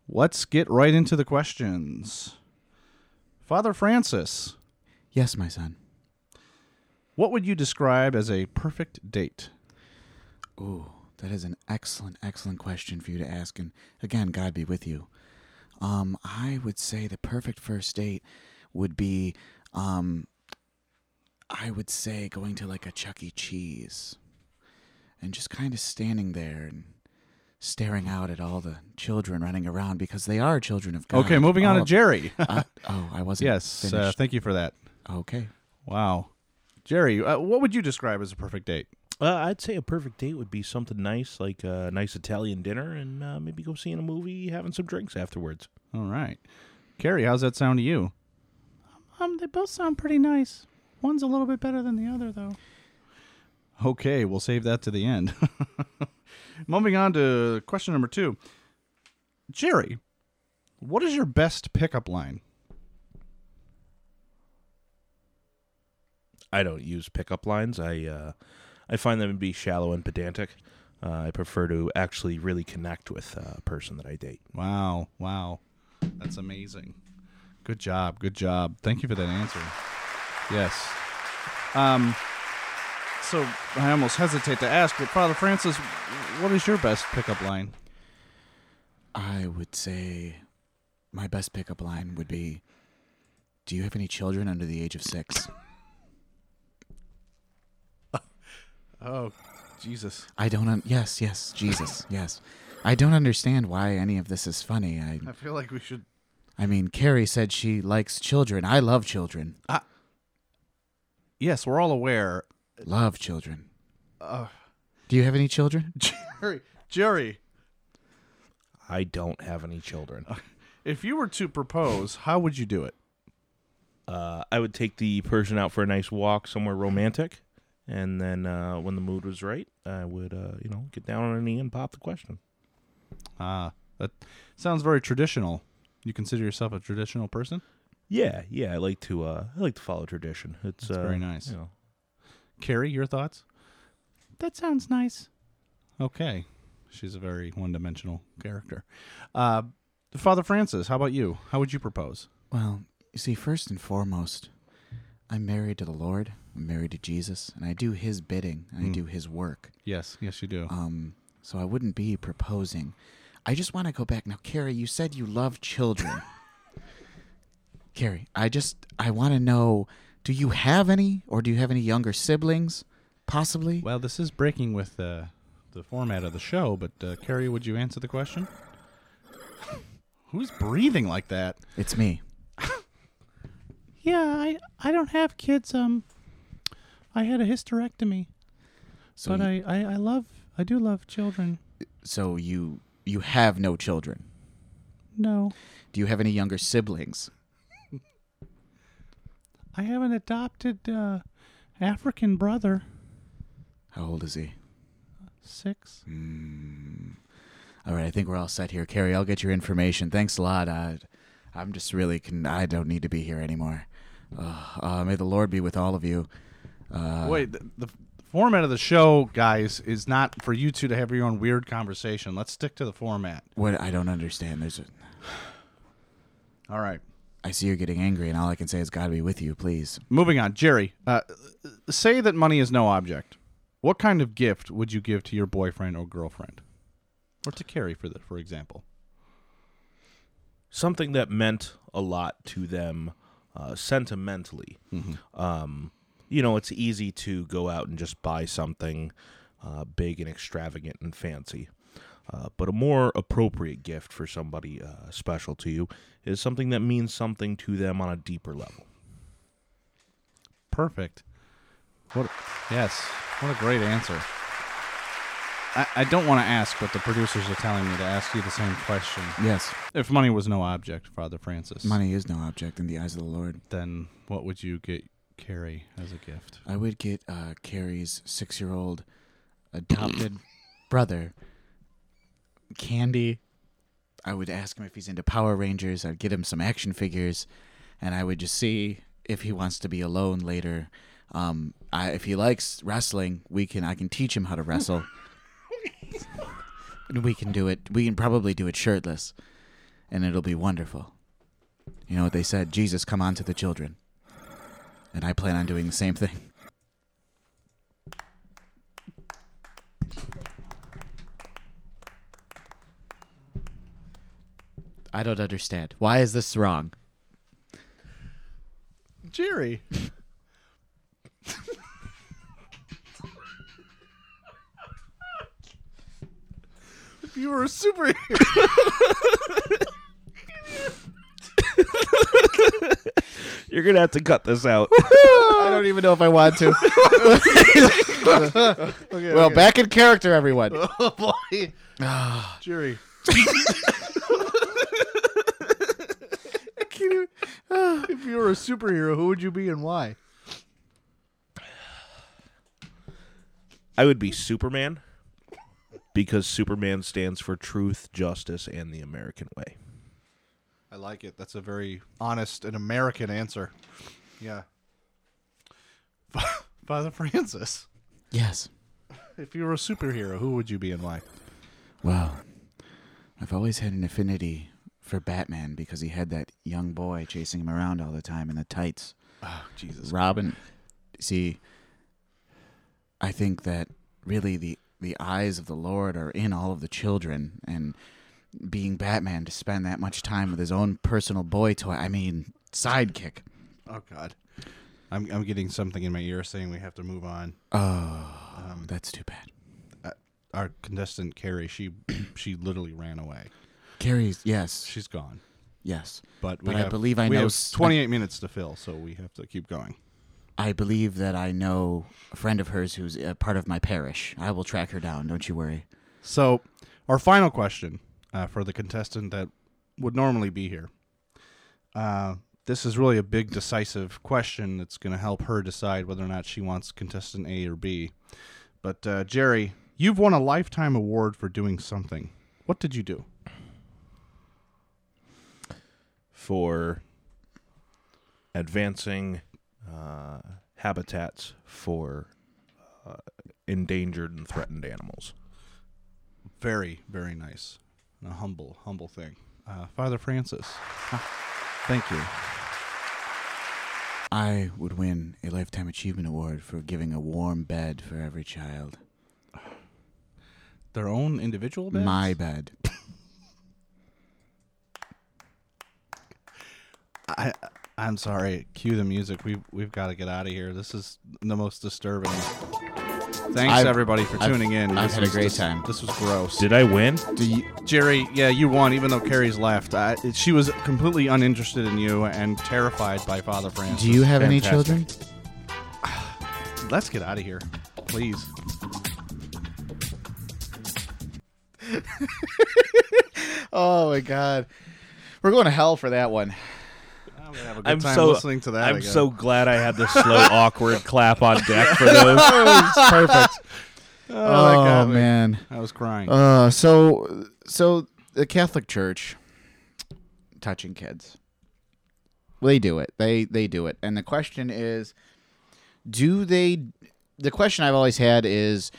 let's get right into the questions. Father Francis, Yes, my son. what would you describe as a perfect date? Ooh, that is an excellent, excellent question for you to ask. And again, God be with you. Um, I would say the perfect first date would be, um, I would say going to like a Chuck E. Cheese and just kind of standing there and staring out at all the children running around because they are children of God. Okay, moving on All to of- Jerry. (laughs) Uh, oh, I wasn't. Yes, uh, Finished. thank you for that. okay. Wow, Jerry, uh, what would you describe as a perfect date? Uh, I'd say a perfect date would be something nice, like a nice Italian dinner, and uh, maybe go seeing a movie, having some drinks afterwards. All right, Carrie, how's that sound to you? Um, they both sound pretty nice. One's a little bit better than the other, though. Okay, we'll save that to the end. (laughs) Moving on to question number two, Jerry, what is your best pickup line? I don't use pickup lines. I uh, I find them to be shallow and pedantic. Uh, I prefer to actually really connect with uh, a person that I date. Wow, wow. That's amazing. Good job, good job. Thank you for that answer. Yes. Um so I almost hesitate to ask, but Father Francis, what is your best pickup line? I would say my best pickup line would be Do you have any children under the age of six? Oh, Jesus. I don't. Un- yes, yes, Jesus, yes. I don't understand why any of this is funny. I, I feel like we should I mean, Carrie said she likes children. I love children. Yes, we're all aware. Love children. Do you have any children? Jerry, Jerry, I don't have any children. if you were to propose, how would you do it? Uh, I would take the person out for a nice walk somewhere romantic, and then uh, when the mood was right, I would uh, you know get down on a knee and pop the question. Ah, that sounds very traditional. You consider yourself a traditional person? Yeah, yeah, I like to uh, I like to follow tradition. It's That's uh, very nice. You know, Carrie, your thoughts? That sounds nice. Okay. She's a very one dimensional character. Uh, Father Francis, how about you? How would you propose? Well, you see, first and foremost, I'm married to the Lord. I'm married to Jesus, and I do His bidding. And I do His work. Yes, yes, you do. Um, so I wouldn't be proposing. I just want to go back now, Carrie. You said you love children. (laughs) Carrie, I just I want to know: Do you have any, or do you have any younger siblings, possibly? well, this is breaking with uh, the format of the show, but uh, Carrie, would you answer the question? (laughs) Who's breathing like that? it's me. Yeah, I I don't have kids. Um, I had a hysterectomy, So, you, I, I I love I do love children. so you you have no children. No, Do you have any younger siblings? I have an adopted uh, African brother. How old is he? Six. All right, I think we're all set here, Carrie. I'll get your information. Thanks a lot. I, I'm just really con- I don't need to be here anymore. Uh, uh, may the Lord be with all of you. Wait, the, the format of the show, guys, is not for you two to have your own weird conversation. Let's stick to the format. What I don't understand. There's, a, All right. I see you're getting angry, and all I can say is God be with you, please. Moving on. Jerry, uh, say that money is no object. What kind of gift would you give to your boyfriend or girlfriend? Or to Carrie, for, the, for example? something that meant a lot to them uh, sentimentally. Um, you know, it's easy to go out and just buy something uh, big and extravagant and fancy. Uh, but a more appropriate gift for somebody uh, special to you is something that means something to them on a deeper level. perfect. What? Yes. What a great answer. I, I don't want to ask, but the producers are telling me to ask you the same question. Yes. If money was no object, Father Francis, Money is no object in the eyes of the Lord. then what would you get Carrie as a gift? I would get uh, Carrie's six year old adopted brother, Candy. I would ask him if he's into Power Rangers. I'd get him some action figures, and I would just see if he wants to be alone later. Um, I, if he likes wrestling, we can. I can teach him how to wrestle. And we can do it. We can probably do it shirtless, and it'll be wonderful. You know what they said? Jesus, come on to the children. And I plan on doing the same thing. I don't understand. Why is this wrong? Jerry. if you were a superhero. You're gonna have to cut this out. I don't even know if I want to. well, back in character, everyone. Oh boy, Jerry. Can you- if you were a superhero, who would you be and why? (laughs) I would be Superman because Superman stands for truth, justice, and the American way. I like it. That's a very honest and American answer. Yeah. (laughs) Father Francis, Yes. if you were a superhero, who would you be and why? Well, I've always had an affinity for Batman because he had that young boy chasing him around all the time in the tights. Oh, Jesus. Robin, see, I think that really the the eyes of the Lord are in all of the children, and being Batman to spend that much time with his own personal boy toy, I mean, sidekick. Oh God. I'm I'm getting something in my ear saying we have to move on. Oh, Um, That's too bad. Our contestant Carrie, she (clears throat) she literally ran away. Carrie's yes, She's gone. yes, But we but I have- believe I we know have s- 28 minutes to fill, so we have to keep going. I believe that I know a friend of hers who's a part of my parish. I will track her down. Don't you worry. So, our final question uh, for the contestant that would normally be here. Uh, this is really a big, decisive question that's going to help her decide whether or not she wants contestant A or B. But, uh, Jerry, you've won a lifetime award for doing something. What did you do? for advancing uh, habitats for uh, endangered and threatened animals. Very, very nice. And a humble, humble thing. Uh, Father Francis, thank you. I would win a lifetime achievement award for giving a warm bed for every child. Their own individual beds? My bed. (laughs) I I'm sorry. Cue the music. We've we've got to get out of here. This is the most disturbing. Thanks I've- everybody for I've- tuning in. I've This had a was great just- time. This was gross. Did I win? Do you- Jerry, yeah, you won. Even though Carrie's left, I, she was completely uninterested in you and terrified by Father Francis. Do you have any fantastic. children? Let's get out of here, please. Oh my god. We're going to hell for that one. I'm gonna have a good time listening to that. I'm again. so glad I had the slow, (laughs) awkward clap on deck for those. Perfect. Oh, Oh, that got me. man. I was crying. Uh so so the Catholic Church touching kids. They do it. They they do it. And the question is do they the question I've always had is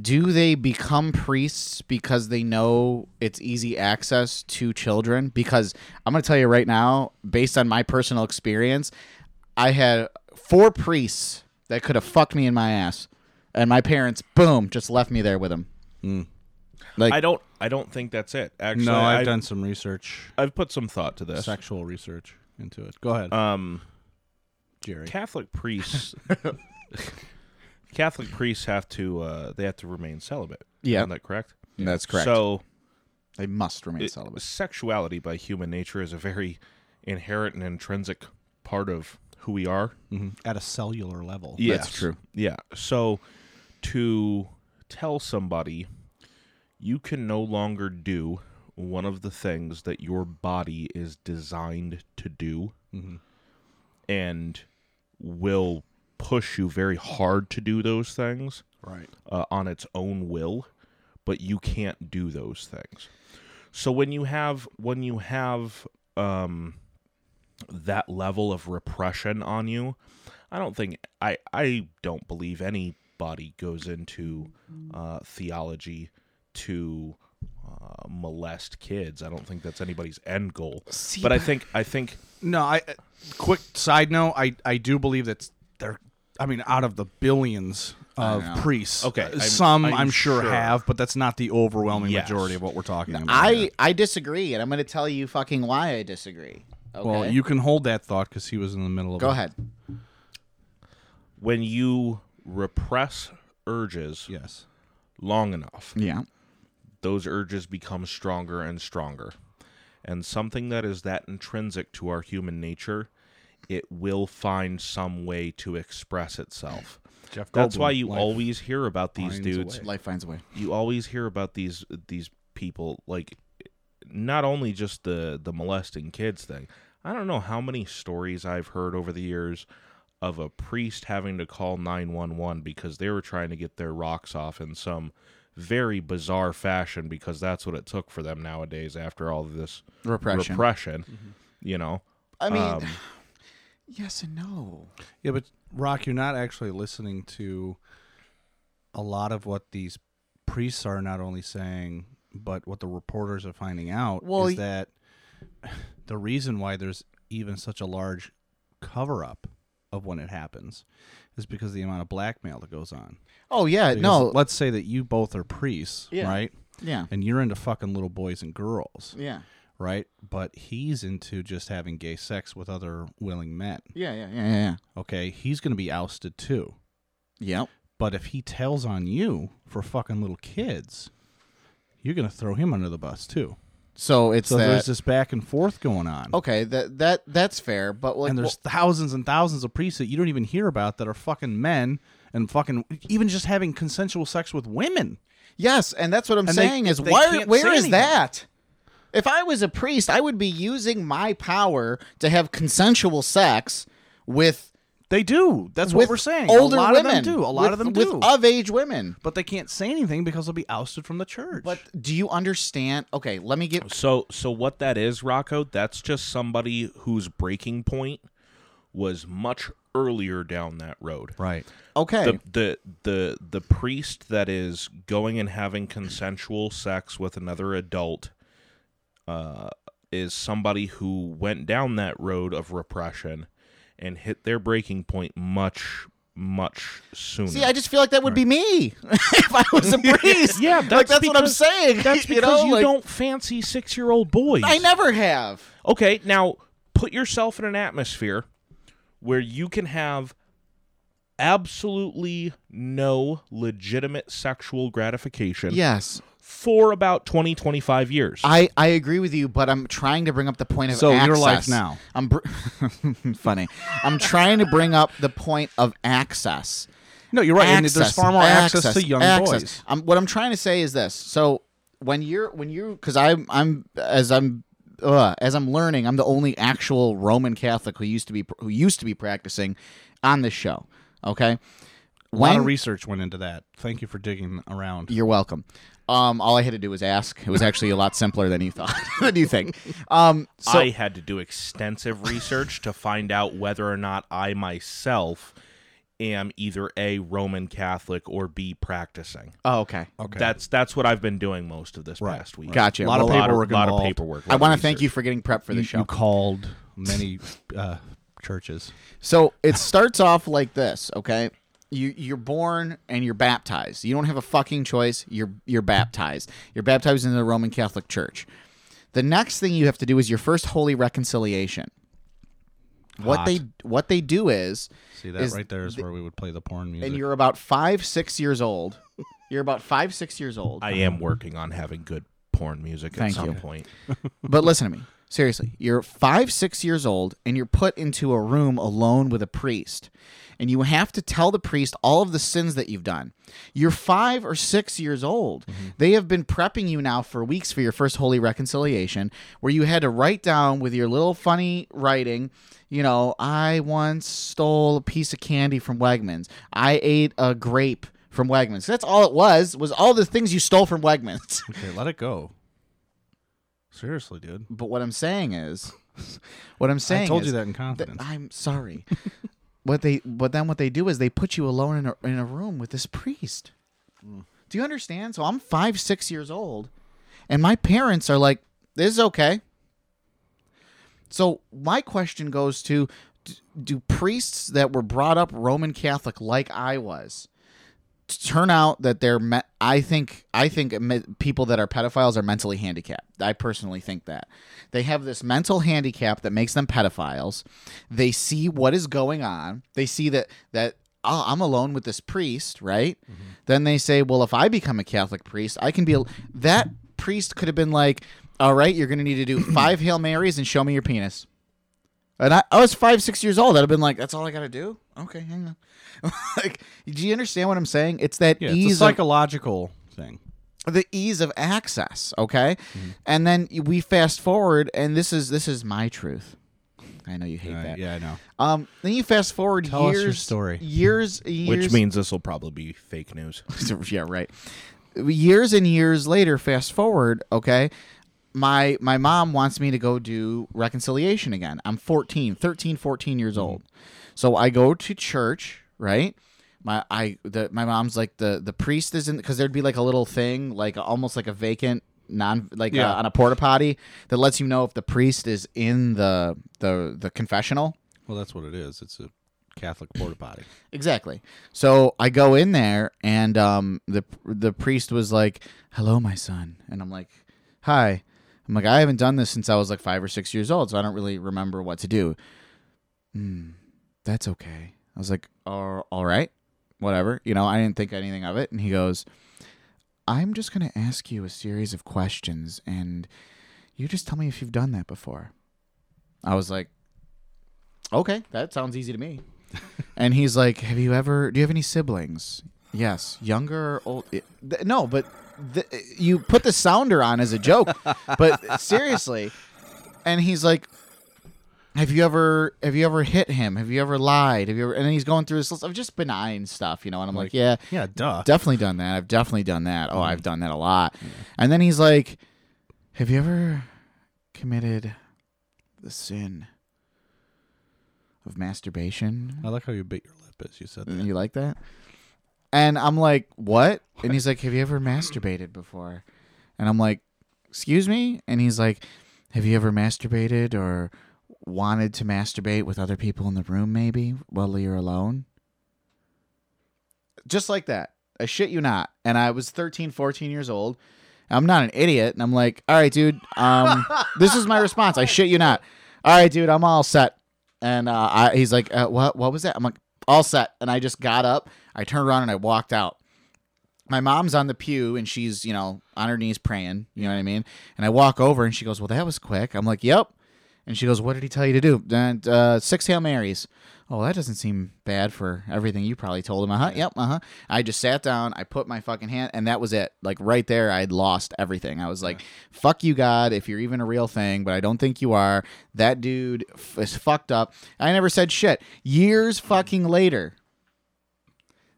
do they become priests because they know it's easy access to children? Because I'm going to tell you right now, based on my personal experience, I had four priests that could have fucked me in my ass, and my parents, boom, just left me there with them. Like, I don't. I don't think that's it. Actually, no, I've I- done some research, I've put some thought to this. sexual research into it. Go ahead, Um, Jerry. Catholic (laughs) priests. Catholic priests have to. Uh, they have to remain celibate. Yeah. isn't that correct? that's correct. So they must remain it- celibate. sexuality by human nature is a very inherent and intrinsic part of who we are. Mm-hmm. at a cellular level. That's true. Yeah. So to tell somebody you can no longer do one of the things that your body is designed to do and will push you very hard to do those things Right. uh, on its own will, but you can't do those things. So when you have when you have um, that level of repression on you, I don't think I I don't believe anybody goes into uh, theology to uh, molest kids. I don't think that's anybody's end goal. but I think I think No, I. uh, Quick side note: I I do believe that they're. I mean, out of the billions of priests, Okay, uh, I'm- some I'm I'm, sure, sure. have, but that's not the overwhelming Yes. majority of what we're talking about. here. I I disagree, and I'm going to tell you fucking why I disagree. Okay? well, you can hold that thought because he was in the middle of. go a- ahead. when you repress urges Yes. long enough, Yeah. those urges become stronger and stronger. And something that is that intrinsic to our human nature, it will find some way to express itself. Jeff That's why Goldblum, you life always hear about these finds a dudes. way. Life finds a way. You always hear about these these people like not only just the the molesting kids thing. I don't know how many stories I've heard over the years of a priest having to call 911 because they were trying to get their rocks off in some very bizarre fashion because that's what it took for them nowadays after all this Repression. repression, you know. I mean, Um, yes and no. Yeah, but Rock, you're not actually listening to a lot of what these priests are not only saying, but what the reporters are finding out Well, is y- that (sighs) the reason why there's even such a large cover up of when it happens is because of the amount of blackmail that goes on. Oh yeah, no. Because let's say that you both are priests, Yeah. right? yeah. And you're into fucking little boys and girls, Yeah. right? But he's into just having gay sex with other willing men. Yeah. Yeah. Yeah. Yeah. Okay, he's going to be ousted too. yeah. Yep. But if he tells on you for fucking little kids, you're gonna throw him under the bus too. So it's So that. there's this back and forth going on. okay. That that that's fair, but like, and there's thousands and thousands of priests that you don't even hear about that are fucking men and fucking even just having consensual sex with women. Yes, and that's what I'm And they- saying is they why can't where say is anything. that? If I was a priest, I would be using my power to have consensual sex with They do. That's what with we're saying. Older a lot women of them do. A lot with, of them with do. of age women. but they can't say anything because they'll be ousted from the church. But do you understand? Okay, let me get So so what that is, Rocco, that's just somebody whose breaking point was much earlier down that road. right. okay. The, the the the priest that is going and having consensual sex with another adult uh, is somebody who went down that road of repression and hit their breaking point much much sooner. See, I just feel like that would be me (laughs) if I was a (laughs) priest. (laughs) yeah, like that's that's what I'm because- saying. (laughs) that's because you, know, like, don't fancy six year old boys. I never have. Okay, now put yourself in an atmosphere where you can have absolutely no legitimate sexual gratification Yes, for about 20 25 years. I, I agree with you, but I'm trying to bring up the point of So access. your life now. I'm br- (laughs) funny. I'm trying to bring up the point of access. No, you're right. and Access, there's far more access, to young access. boys. Um, what I'm trying to say is this: so when you're when you because I'm I'm as I'm uh, as I'm learning, I'm the only actual Roman Catholic who used to be who used to be practicing on this show. Okay, A lot when of research went into that. Thank you for digging around. you're welcome. Um, all I had to do was ask. It was actually a lot simpler than you thought. (laughs) than you think. Um, so I had to do extensive research to find out whether or not I myself am either A Roman Catholic or B practicing. oh, okay. Okay. That's that's what I've been doing most of this Right, past week. Gotcha. A lot of Well, paperwork lot of involved. paperwork. I want to thank you for getting prepped for the you, show. you called many uh, churches. So it starts off like this, okay? You you're born and you're baptized. You don't have a fucking choice. You're you're baptized. You're baptized in the Roman Catholic Church. The next thing you have to do is your first holy reconciliation. What Hot. they what they do is See that is right there is where we would play the porn music. and you're about 5 6 years old. You're about 5 6 years old. I am working on having good porn music Thank at some you. point. but listen to me. Seriously, you're five, six years old, and you're put into a room alone with a priest, and you have to tell the priest all of the sins that you've done. You're five or six years old. They have been prepping you now for weeks for your first holy reconciliation, where you had to write down with your little funny writing, you know, I once stole a piece of candy from Wegmans, I ate a grape from Wegmans. That's all it was, was all the things you stole from Wegmans. (laughs) Okay, let it go. Seriously, dude. But what I'm saying is, (laughs) what I'm saying I told is, you that in that- confidence. I'm (laughs) sorry. what they, but then what they do is they put you alone in a, in a room with this priest. Mm. Do you understand? So I'm five, six years old, and my parents are like, "This is okay." So my question goes to: d- Do priests that were brought up Roman Catholic, like I was, t- turn out that they're? Me- I think I think me- people that are pedophiles are mentally handicapped. I personally think that they have this mental handicap that makes them pedophiles. They see what is going on. They see that that. Oh, I'm alone with this priest, right? Then they say, "Well, if I become a Catholic priest, I can be." al-" That priest could have been like, "All right, you're going to need to do five Hail Marys and show me your penis." And I, I was five, six years old. I'd have been like, "That's all I got to do." Okay, hang on. (laughs) like, do you understand what I'm saying? It's that yeah, it's a ease, of, psychological thing. the ease of access. Okay, Mm-hmm. and then we fast forward, and this is this is my truth. I know you hate Right, that. yeah, I know. Um. Then you fast forward Tell us years. your story. (laughs) Years. Years. Which means this will probably be fake news. (laughs) yeah, right. Years and years later, fast forward, okay? My my mom wants me to go do reconciliation again. I'm 14, 13, 14 years old. So I go to church, right? My I the my mom's like the the priest isn't cuz there'd be like a little thing like almost like a vacant non like Yeah. uh, on a porta potty that lets you know if the priest is in the the the confessional. Well, that's what it is. It's a Catholic porta potty. Exactly. So I go in there, and um, the the priest was like, "Hello, my son," and I'm like, "Hi." I'm like, "I haven't done this since I was like five or six years old, so I don't really remember what to do." "Hmm, that's okay. I was like, "All all right, whatever." You know, I didn't think anything of it, and he goes, "I'm just gonna ask you a series of questions, and you just tell me if you've done that before." I was like, "Okay, that sounds easy to me." and he's like, "Have you ever? Do you have any siblings? Yes, younger or old? Th- no, but th- you put the sounder on as a joke, but seriously." And he's like, "Have you ever? Have you ever hit him? Have you ever lied? Have you ever?" And then he's going through this list of just benign stuff, you know. And I'm like, "Yeah, Yeah, duh. Mm-hmm. definitely done that. I've definitely done that. Oh, I've done that a lot. And then he's like, Have you ever committed the sin of masturbation? I like how you bit your lip as you said that. Mm, You like that? And I'm like, What? And he's like, Have you ever masturbated before? And I'm like, Excuse me? And he's like, Have you ever masturbated or wanted to masturbate with other people in the room, maybe while you're alone? just like that. I shit you not. And I was 13, 14 years old. I'm not an idiot. And I'm like, all right, dude, um, this is my response. I shit you not. All right, dude, I'm all set. And uh, I, he's like, uh, what, what was that? I'm like, all set. And I just got up. I turned around and I walked out. My mom's on the pew and she's, you know, on her knees praying. You know what I mean? And I walk over and she goes, well, that was quick. I'm like, yep. And she goes, "What did he tell you to do?" And uh, six Hail Marys. Oh, that doesn't seem bad for everything you probably told him. Uh huh. Yep. Uh huh. I just sat down. I put my fucking hand, and that was it. Like right there, I had lost everything. I was like, "Fuck you, God, if you're even a real thing." But I don't think you are. That dude f- is fucked up. I never said shit. Years fucking later,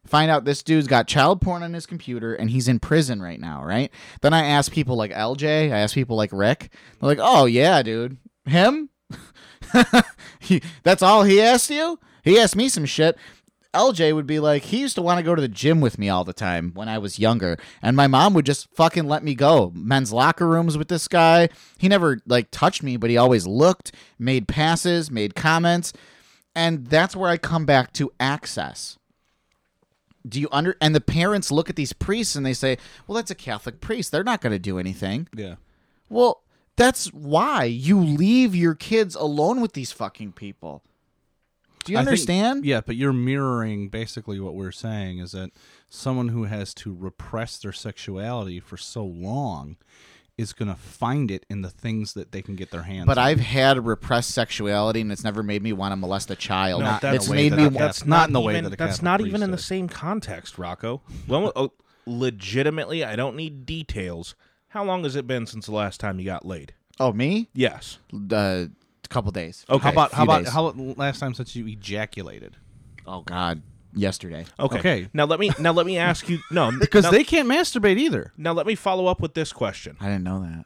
find out this dude's got child porn on his computer and he's in prison right now, right? Then I ask people like LJ, I ask people like Rick. They're like, "Oh yeah, dude, him? (laughs) He- that's all he asked you? He asked me some shit." LJ would be like, he used to want to go to the gym with me all the time when I was younger, and my mom would just fucking let me go. Men's locker rooms with this guy. He never like touched me, but he always looked, made passes, made comments, and that's where I come back to access do you under and the parents look at these priests and they say well that's a catholic priest they're not going to do anything Yeah. well that's why you leave your kids alone with these fucking people do you I think- understand yeah, but you're mirroring basically what we're saying is that someone who has to repress their sexuality for so long is going to find it in the things that they can get their hands But on. I've had repressed sexuality, and it's never made me want to molest a child. Not in it's a way made that me. a wa- That's not in the way even- that a that's Catholic not priest even in the says. same context, Rocco. Well, oh, legitimately, I don't need details. How long has it been since the last time you got laid? oh, me? Yes. Uh, a couple days. Okay. How about few how about days. how about last time since you ejaculated? Oh God, yesterday. Okay. Okay. Now let me now let me ask you (laughs) no Because now- they can't masturbate either. now let me follow up with this question. I didn't know that.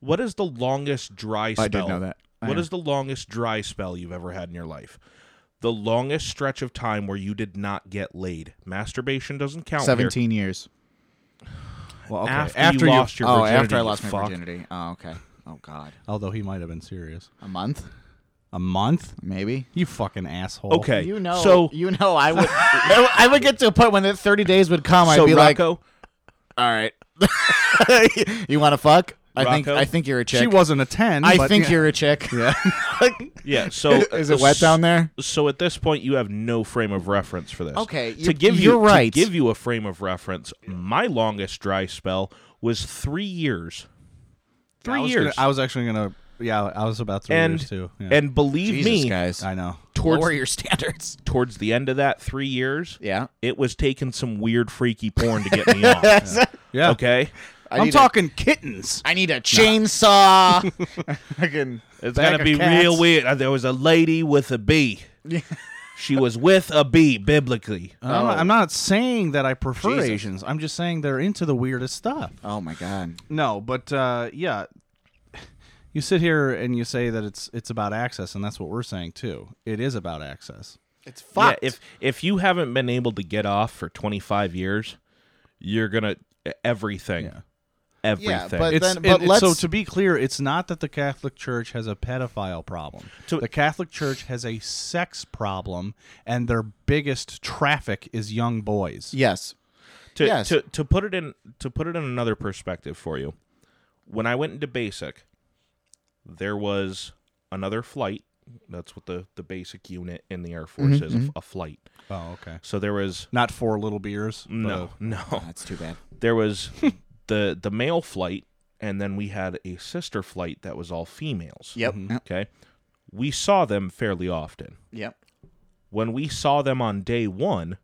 What is the longest dry spell? I did know that. I What know. is the longest dry spell you've ever had in your life? The longest stretch of time where you did not get laid. Masturbation doesn't count. here. Seventeen years. Well, After you lost your oh, virginity. after I you lost my fuck. virginity. Oh, okay. Oh God, although he might have been serious. a month A month? maybe. You fucking asshole. Okay. You know. So you know, I (laughs) would. I would get to a point when the thirty days would come. I'd so be like, Rocco, all right, (laughs) you want to fuck? I think. Rocco? I think you're a chick. She wasn't a ten. I but think yeah. you're a chick. (laughs) Yeah. (laughs) yeah. So Is it wet down (laughs) there? So at this point, you have no frame of reference for this. Okay, you- to give you're you right. To give you a frame of reference, my longest dry spell was three years. Three I was years. gonna- I was actually gonna. Yeah, I was about three and years too. Yeah. and believe Jesus, me, guys. I know. towards Lower your standards. towards the end of that three years, Yeah. it was taking some weird freaky porn to get (laughs) me off. Yeah. Okay, I I'm need a- talking kittens. I need a chainsaw. I can. it's Bag gonna of be cats. real weird. Uh, There was a lady with a bee. she was with a bee biblically. And I'm, not, I'm not saying that I prefer Jesus. Asians. I'm just saying they're into the weirdest stuff. (laughs) Oh my god. No, but uh, yeah, you sit here and you say that it's it's about access, and that's what we're saying too. It is about access. It's Yeah, fucked. if if you haven't been able to get off for 25 years, you're gonna e, everything, Yeah. everything. Yeah, but- It's, then- but it- so let's- to be clear, it's not that the Catholic Church has a pedophile problem. So- the Catholic Church has a sex problem, and their biggest traffic is young boys. yes. to, yes. to to put it in to put it in another perspective for you, when I went into basic, there was another flight. That's what the the basic unit in the Air Force Mm-hmm, is a f- a, flight. Oh, okay. So there was Not four little beers. Oh. no (laughs) no That's too bad. there was (laughs) the the male flight, and then we had a sister flight that was all females. Yep. Yep. Okay, we saw them fairly often. Yep. when we saw them on day one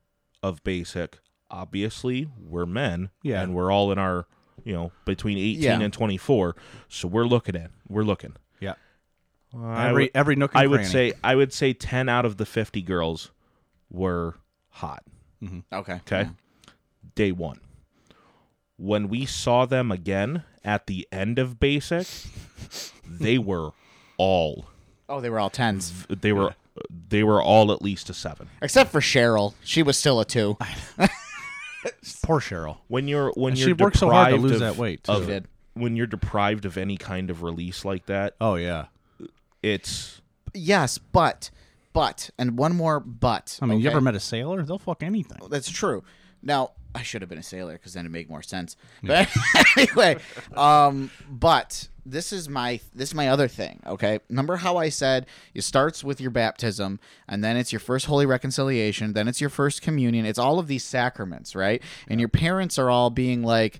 of basic, obviously we're men, Yeah. and we're all in our, you know, between eighteen Yeah. and twenty four. So we're looking at, we're looking. Yeah. I Every would- every nook. And I would cranny. say, I would say ten out of the fifty girls were hot. Okay. Okay, day one. When we saw them again at the end of (laughs) basic, they were all Oh, they were all tens, they were they were all at least a seven. except for Cheryl. She was still a two. poor Cheryl. when you're when And you're she worked so hard to deprived of- lose that weight, too. of- She did. When you're deprived of any kind of release like that, Oh yeah. it's Yes, but, but, and one more but. I mean, you okay? ever met a sailor? They'll fuck anything. That's true. Now I should have been a sailor because then it'd make more sense. But (laughs) anyway, um, but this is my this is my other thing. Okay, remember how I said it starts with your baptism, and then it's your first holy reconciliation, then it's your first communion. It's all of these sacraments, right? And your parents are all being like.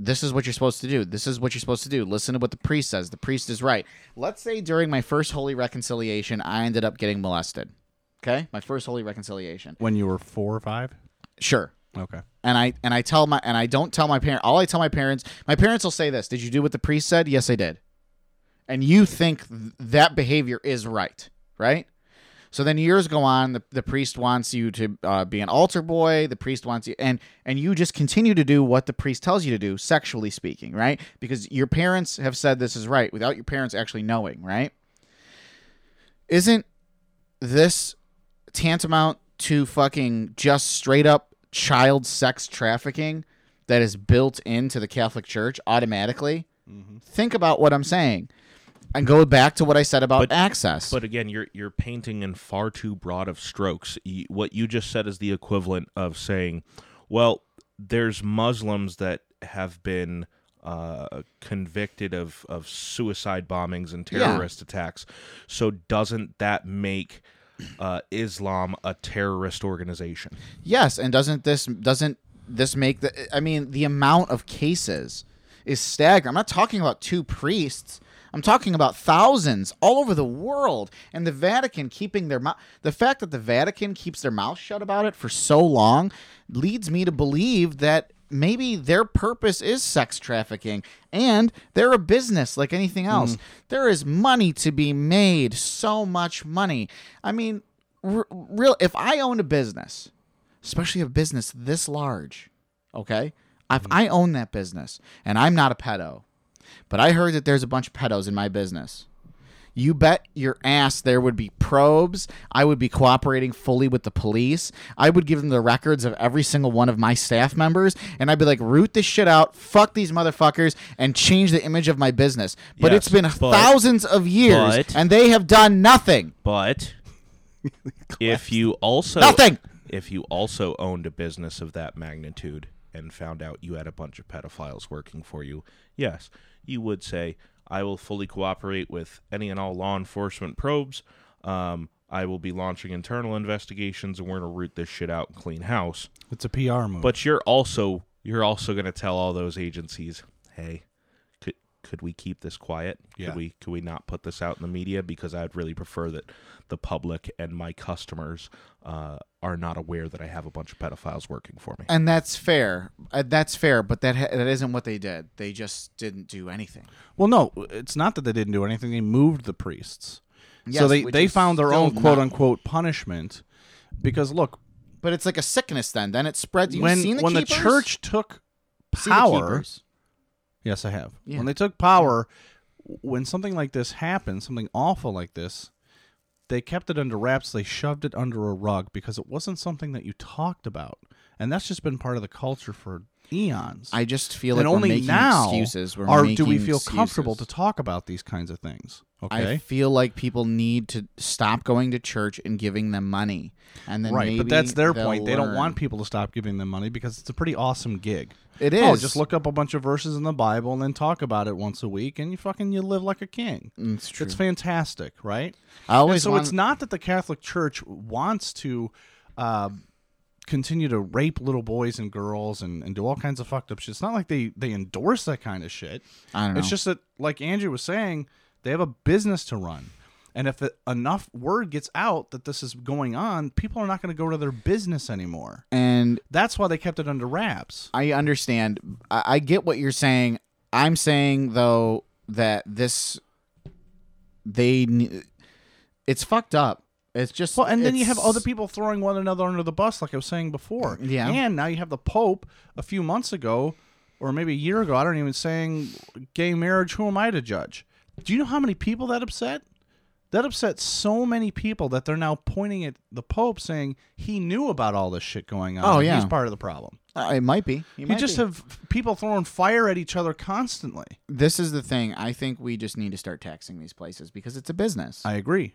This is what you're supposed to do. This is what you're supposed to do. Listen to what the priest says. The priest is right. Let's say during my first holy reconciliation, I ended up getting molested. Okay? My first holy reconciliation. When you were four or five. Sure Okay. and I and I tell my and I don't tell my parent. All I tell my parents, my parents will say this: "Did you do what the priest said?" Yes, I did. And you think th- that behavior is right, right? So then years go on. The, the priest wants you to uh, be an altar boy. The priest wants you, and and you just continue to do what the priest tells you to do, sexually speaking, right? Because your parents have said this is right without your parents actually knowing, right? Isn't this tantamount to fucking just straight up child sex trafficking that is built into the Catholic Church automatically. Think about what I'm saying and go back to what I said about But- access. but again, you're you're painting in far too broad of strokes. You, what you just said is the equivalent of saying, well, there's Muslims that have been uh, convicted of of suicide bombings and Yeah. terrorist attacks. So doesn't that make uh, Islam a terrorist organization? yes, and doesn't this doesn't this make the I mean the amount of cases is staggering. I'm not talking about two priests. I'm talking about thousands all over the world and the Vatican keeping their mouth. The fact that the Vatican keeps their mouth shut about it for so long leads me to believe that maybe their purpose is sex trafficking and they're a business like anything else. There is money to be made, so much money. I mean, r- real if I owned a business, especially a business this large, okay? If Mm-hmm. I own that business and I'm not a pedo, but I heard that there's a bunch of pedos in my business. You bet your ass there would be probes. I would be cooperating fully with the police. I would give them the records of every single one of my staff members, and I'd be like, root this shit out, fuck these motherfuckers, and change the image of my business. But Yes, it's been but- thousands of years, but- and they have done nothing. But if you also Nothing! if you also owned a business of that magnitude and found out you had a bunch of pedophiles working for you, yes, you would say, "I will fully cooperate with any and all law enforcement probes. Um, I will be launching internal investigations, and we're gonna root this shit out and clean house." It's a PR move. But you're also you're also gonna tell all those agencies, "Hey." could Could we keep this quiet? Yeah. Could we could we not put this out in the media because I'd really prefer that the public and my customers uh, are not aware that I have a bunch of pedophiles working for me. And that's fair. Uh, that's fair, but that ha- that isn't what they did. They just didn't do anything. well, no, it's not that they didn't do anything. They moved the priests. so Yes, they, which they is found their still own quote not- unquote punishment because look, But it's like a sickness then. Then it spreads. You've when seen the when the keepers? church took Seen the power, keepers? yes, I have. Yeah. When they took power, when something like this happened, something awful like this, they kept it under wraps. They shoved it under a rug because it wasn't something that you talked about, and that's just been part of the culture for eons. I just feel and like only we're making now excuses. We're are do we making feel comfortable to excuses. talk about these kinds of things? Okay, I feel like people need to stop going to church and giving them money, and then right, but maybe that's their they'll point. They don't learn. want people to stop giving them money because it's a pretty awesome gig. It Oh, is. just look up a bunch of verses in the Bible and then talk about it once a week, and you fucking you live like a king. It's Mm, true. It's fantastic, right? I always so want- it's not that the Catholic Church wants to uh, continue to rape little boys and girls and, and do all kinds of fucked up shit. It's not like they they endorse that kind of shit. I don't know. It's just that, like Andrew was saying, they have a business to run. And if it, enough word gets out that this is going on, people are not going to go to their business anymore. and That's why they kept it under wraps. I understand. I, I get what you're saying. I'm saying though that this they ne- it's fucked up. It's just Well, and then you it's- have other people throwing one another under the bus, like I was saying before. Yeah. And now you have the Pope a few months ago, or maybe a year ago, I don't even saying gay marriage. Who am I to judge? Do you know how many people that upset? That upset so many people that they're now pointing at the Pope, saying he knew about all this shit going on. Oh, and yeah. he's part of the problem. Uh, it might be. You, might just be. have people throwing fire at each other constantly. This is the thing. I think we just need to start taxing these places because it's a business. I agree.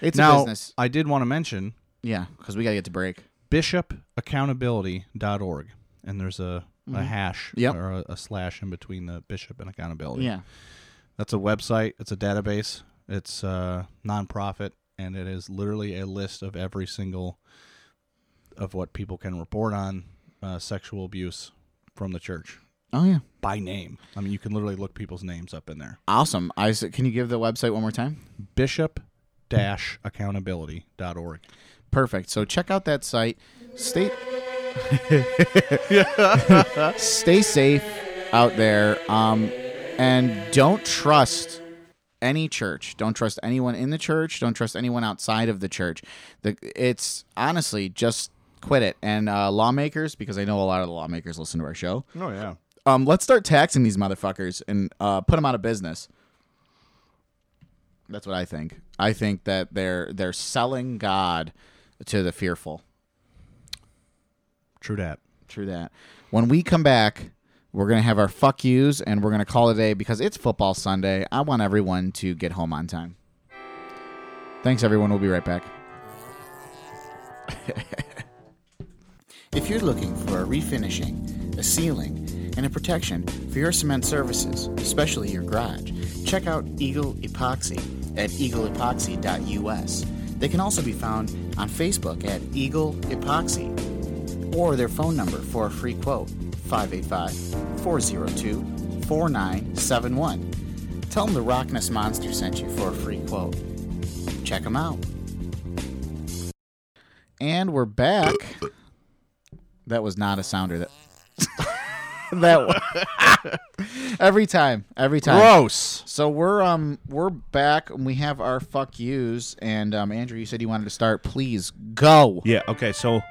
it's now, a business. I did want to mention Yeah, because we gotta get to break. bishopaccountability.org and there's a, a hash Mm-hmm. Yep. or a, a slash in between the bishop and accountability Yeah. that's a website it's a database it's a nonprofit and it is literally a list of every single of what people can report on uh, sexual abuse from the church Oh yeah. by name i mean you can literally look people's names up in there Awesome. I s- can you give the website one more time? bishop dash accountability.org Perfect. So check out that site. Stay (laughs) Stay safe out there. Um and don't trust any church. Don't trust anyone in the church. Don't trust anyone outside of the church. The, it's honestly just quit it. And uh, lawmakers, because I know a lot of the lawmakers listen to our show. oh yeah Um, let's start taxing these motherfuckers and uh, put them out of business. That's what I think. I think that they're they're selling God to the fearful. true dat True that. When we come back, we're gonna have our fuck yous and we're gonna call it a day because it's football Sunday. I want everyone to get home on time. Thanks, everyone. We'll be right back. (laughs) If you're looking for a refinishing, a sealing, and a protection for your cement services, especially your garage, check out Eagle Epoxy at eagleepoxy.us. They can also be found on Facebook at Eagle Epoxy or their phone number for a free quote 585 402 4971. Tell them the Rockness Monster sent you for a free quote. Check them out. And we're back. that was not a sounder that. (laughs) that wa- (laughs) every time, every time. Gross. So we're um we're back and we have our fuck yous and um Andrew you said you wanted to start please go Yeah. Okay. So,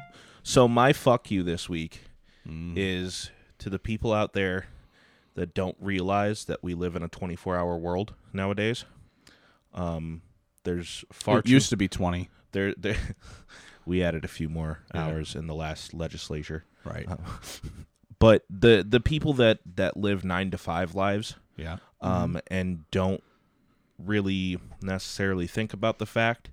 so my fuck you this week Mm. is to the people out there that don't realize that we live in a 24-hour world nowadays. Um, there's far It used to be 20. there there. (laughs) we added a few more hours in the last legislature, Uh, Right. (laughs) but the the people that that live nine to five lives, yeah. um, and don't really necessarily think about the fact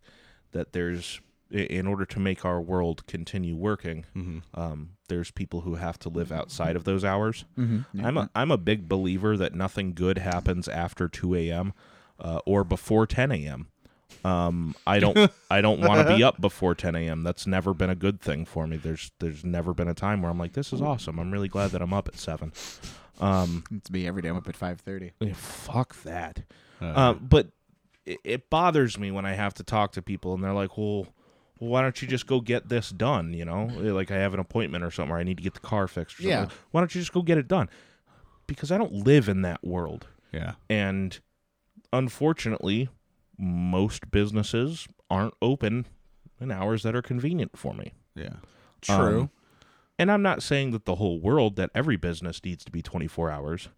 that there's i- in order to make our world continue working, um, there's people who have to live outside of those hours. I'm a I'm a big believer that nothing good happens after 2 a.m. Uh, or before 10 a.m. Um, I don't I don't want to be up before 10 a.m. That's never been a good thing for me. There's there's never been a time where I'm like this is awesome. I'm really glad that I'm up at seven. it's me every day I'm up at 5:30 Yeah, Fuck that. Uh, but it, it bothers me when I have to talk to people and they're like, well, why don't you just go get this done? You know, Eh, like I have an appointment or something, or I need to get the car fixed. Or something. Yeah. Why don't you just go get it done? Because I don't live in that world. Yeah. And unfortunately, most businesses aren't open in hours that are convenient for me. Yeah. True. and I'm not saying that the whole world, that every business needs to be 24 hours,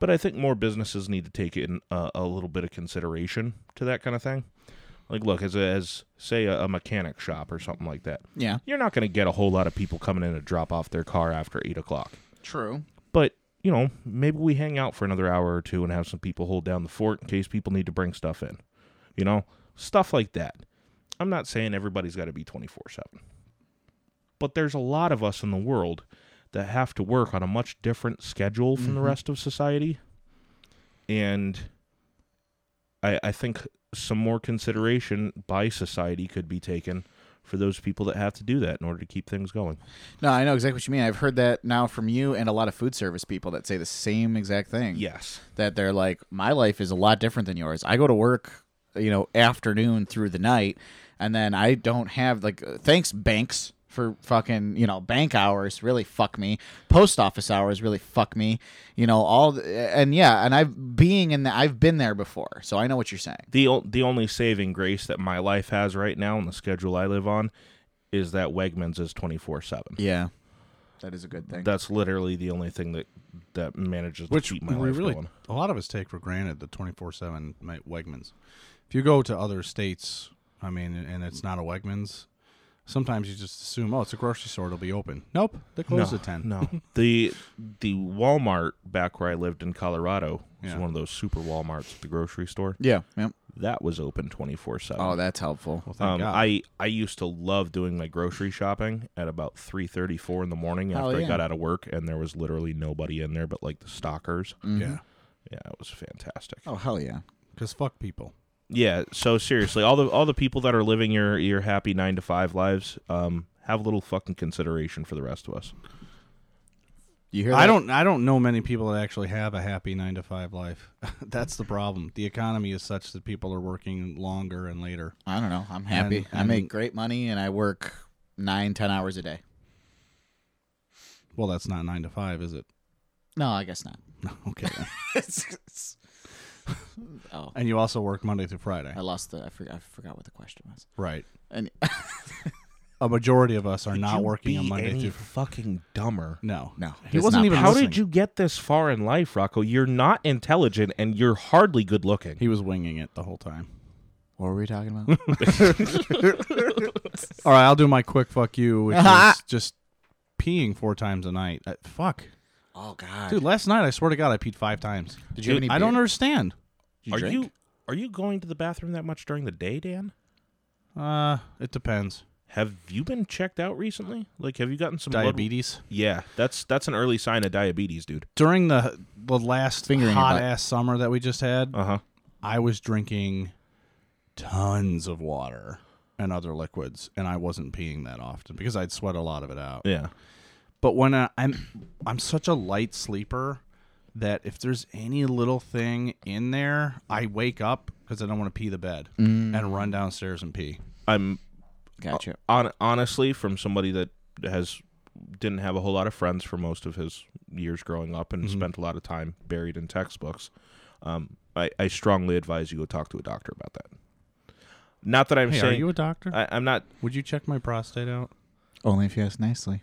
but I think more businesses need to take in a, a little bit of consideration to that kind of thing. Like, look, as, a, as say, a, a mechanic shop or something like that, yeah you're not going to get a whole lot of people coming in to drop off their car after 8 o'clock. true But, you know, maybe we hang out for another hour or two and have some people hold down the fort in case people need to bring stuff in. You know, stuff like that. I'm not saying everybody's got to be 24 7. But there's a lot of us in the world that have to work on a much different schedule from the rest of society. And I, I think some more consideration by society could be taken for those people that have to do that in order to keep things going. No, I know exactly what you mean. I've heard that now from you and a lot of food service people that say the same exact thing. Yes. That they're like, my life is a lot different than yours. I go to work, you know, afternoon through the night, and then I don't have, like, uh, thanks, banks, for fucking, you know, bank hours really fuck me. Post office hours really fuck me. You know, all, the, and yeah, and I've being in the, I've been there before, so I know what you're saying. the o- the only saving grace that my life has right now and the schedule I live on is that Wegmans is 24/7. Yeah. That is a good thing. That's literally the only thing that that manages to Which keep my we life really, (laughs) going. a lot of us take for granted the 24 7 Wegmans. If you go to other states, I mean, and it's not a Wegmans, sometimes you just assume, oh, it's a grocery store, it'll be open. Nope. They No, close at 10. (laughs) no. the the Walmart back where I lived in Colorado was Yeah. one of those super Walmarts, the grocery store yeah. yeah. that was open 24/7. Oh, that's helpful. Well, thank um, God. I I used to love doing my grocery shopping at about 3:34 in the morning Hell after yeah. I got out of work and there was literally nobody in there but like the stalkers. Mm-hmm. Yeah. Yeah, it was fantastic. Oh, hell yeah. Because fuck people. Yeah. So seriously, all the all the people that are living your your happy nine to five lives, um, have a little fucking consideration for the rest of us. You hear that? I don't. I don't know many people that actually have a happy nine to five life. (laughs) That's the problem. The economy is such that people are working longer and later. I don't know. I'm happy. And- I make and- great money and I work nine, ten hours a day. Well, that's not nine to five, is it? (laughs) No, I guess not. Okay. oh, and you also work Monday through Friday, I lost the. I forgot. I forgot what the question was. right? And A majority of us are not working on Monday through. fucking dumber. No, No, He it's wasn't not possible. even. How listening. did you get this far in life, Rocco? You're not intelligent and you're hardly good looking. He was winging it the whole time. what were we talking about? (laughs) All right, I'll do my quick fuck you, which (laughs) is just peeing four times a night. Uh, fuck, oh God, dude. Last night, I swear to God, I peed five times. did you have any? I don't beer? understand. Did are drink? you are you going to the bathroom that much during the day, Dan? Uh, it depends. Have you been checked out recently? Like, have you gotten some blood- Diabetes. Yeah, that's that's an early sign of diabetes, dude. during the the last Finger in your hot butt. ass summer that we just had, Uh huh. I was drinking tons of water and other liquids, and I wasn't peeing that often because I'd sweat a lot of it out. Yeah. But when I, I'm I'm such a light sleeper that if there's any little thing in there, I wake up because I don't want to pee the bed Mm. and run downstairs and pee. I'm uh, Gotcha. on honestly from somebody that has didn't have a whole lot of friends for most of his years growing up Mm-hmm. and spent a lot of time buried in textbooks. Um, I, I strongly advise you go talk to a doctor about that. Not that I'm Hey, are saying you a doctor? I, I'm not. Would you check my prostate out? Only if you ask nicely.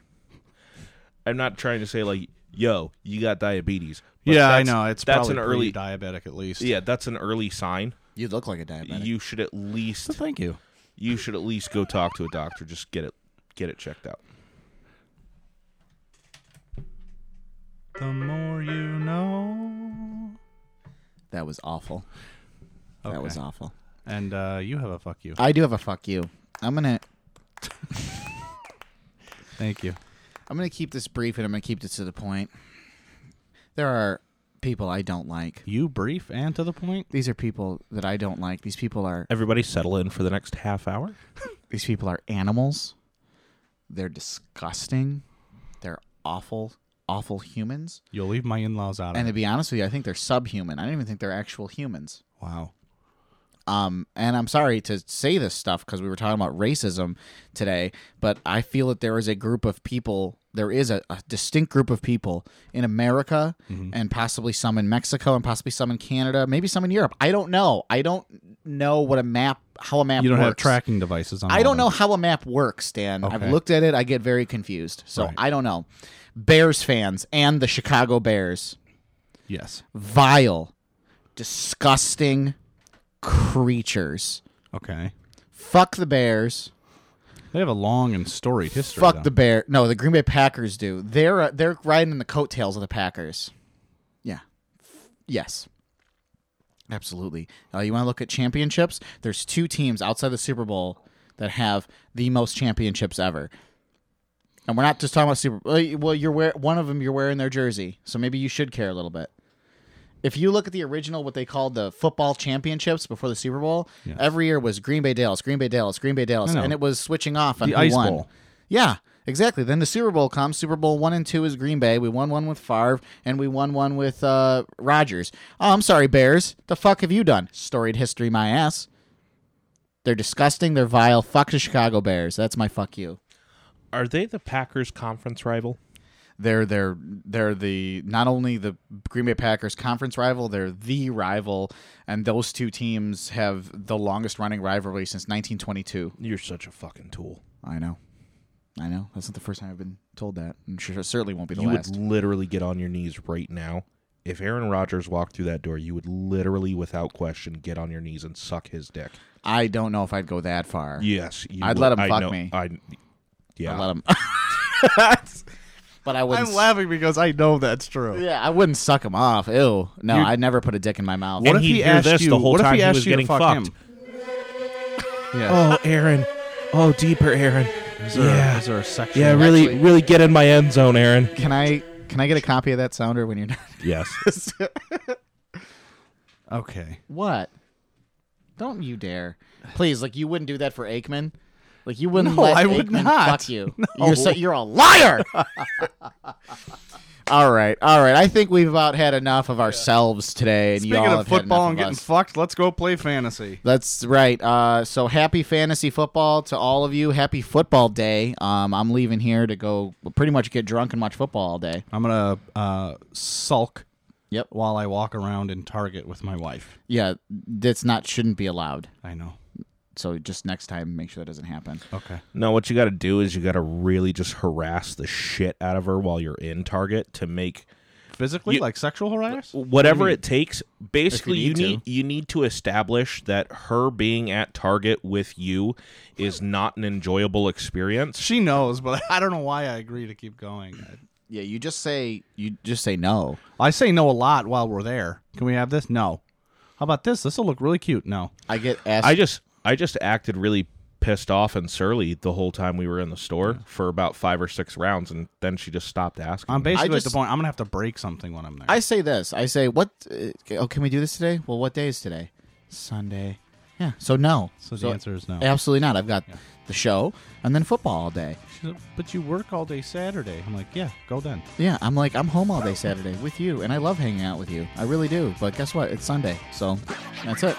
I'm not trying to say like, yo, you got diabetes. But yeah, I that's- know it's that's probably an early. diabetic at least. Yeah, that's an early sign. (laughs) You look like a diabetic. You should at least thank you. you should at least go talk to a doctor. Just get it get it checked out. The more you know. that was awful. That was Okay. awful. And uh, you have a fuck you. I do have a fuck you. I'm gonna Thank you. I'm gonna keep this brief and I'm gonna keep this to the point. There are people I don't like. You brief and to the point. These are people that I don't like. These people are Everybody settle in for the next half hour. these people are animals. They're disgusting. They're awful, awful humans. You'll leave my in-laws out. of And to it. be honest with you, I think they're subhuman. I don't even think they're actual humans. Wow. Um, and I'm sorry to say this stuff because we were talking about racism today, but I feel that there is a group of people, there is a, a distinct group of people in America Mm-hmm. and possibly some in Mexico and possibly some in Canada, maybe some in Europe. I don't know. I don't know what a map, how a map You don't have works. tracking devices on. I all don't them. know how a map works, Dan. I've Okay. looked at it. I get very confused. So Right. I don't know. Bears fans and the Chicago Bears. Yes. Vile, disgusting creatures. Okay. Fuck the Bears. They have a long and storied history. Fuck though. the Bear. No, the Green Bay Packers do. They're uh, they're riding in the coattails of the Packers. Yeah. Yes. Absolutely. Uh, you want to look at championships? There's two teams outside the Super Bowl that have the most championships ever. And we're not just talking about Super. uh, Well, you're wear one of them. You're wearing their jersey, so maybe you should care a little bit. If you look at the original, what they called the football championships before the Super Bowl, Yes. every year was Green Bay Dallas, Green Bay Dallas, Green Bay Dallas, I know. and it was switching off on The who Ice won. Bowl. Yeah, exactly. Then the Super Bowl comes. Super Bowl one and two is Green Bay. We won one with Favre, and we won one with uh, Rodgers. Oh, I'm sorry, Bears. The fuck have you done? Storied history, my ass. They're disgusting. They're vile. Fuck the Chicago Bears. That's my fuck you. Are they the Packers conference rival? They're they're they're the not only the Green Bay Packers conference rival, they're the rival, and those two teams have the longest running rivalry since 1922. You're such a fucking tool. I know, I know. That's not the first time I've been told that, and sure, certainly won't be the you last. would literally get on your knees right now. If Aaron Rodgers walked through that door, you would literally, without question, get on your knees and suck his dick. I don't know if I'd go that far. Yes, you I'd would. let him I fuck know- me. I, yeah, I'd let him. (laughs) but I wouldn't. I'm laughing because I know that's true. Yeah, I wouldn't suck him off. Ew. No, You're- I'd never put a dick in my mouth. And he'd hear this the whole what if time he asked was you to getting fuck fucked. Him? Yeah. Oh, Aaron. Oh, deeper, Aaron. is, there, yeah. is there a section? Yeah, really, really get in my end zone, Aaron. Can I? Can I get a copy of that sounder when you're not? Yes. Okay. What? Don't you dare! Please, like you wouldn't do that for Aikman. Like you wouldn't No, let I would Aikman not. fuck (laughs) you. You're so, you're a liar. (laughs) all right, all right. I think we've about had enough of ourselves today, and Speaking y'all of have had football enough and of getting us. fucked, let's go play fantasy. That's right. Uh, so happy fantasy football to all of you. Happy football day. Um, I'm leaving here to go pretty much get drunk and watch football all day. I'm gonna uh, sulk Yep. while I walk around in Target with my wife. Yeah, that's not shouldn't be allowed. I know. So just next time, make sure that doesn't happen. Okay. no, what you got to do is you got to really just harass the shit out of her while you're in Target to make Physically, You- like sexual harass? whatever it takes basically you need need, you need to establish that her being at target with you is not an enjoyable experience She knows, but (laughs) I don't know why I agree to keep going. Yeah, you just say you just say no. I say no a lot while we're there. Can we have this? No. How about this? This will look really cute. No. I get asked. i just i just acted really pissed off and surly the whole time we were in the store for about five or six rounds and then she just stopped asking I'm me. basically just- at the point I'm gonna have to break something when I'm there. I say this. I say what? Uh, oh, can we do this today? Well, what day is today? Sunday. Yeah. So no. So the answer is no. Absolutely not. I've got the show and then football all day. She's like, but you work all day Saturday. I'm like, yeah, go then. Yeah, I'm like I'm home all day Saturday with you, and I love hanging out with you. I really do. But guess what? It's Sunday, so that's it.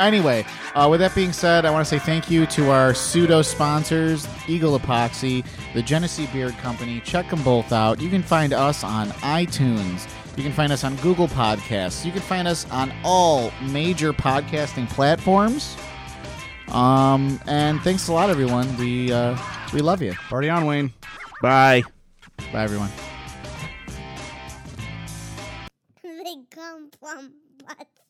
Anyway, uh, with that being said, I want to say thank you to our pseudo sponsors, Eagle Epoxy, the Genesee Beard Company. Check them both out. You can find us on iTunes. You can find us on Google Podcasts. You can find us on all major podcasting platforms. Um, and thanks a lot, everyone. We uh, we love you. Party on, Wayne. Bye. Bye, everyone. They come from butts.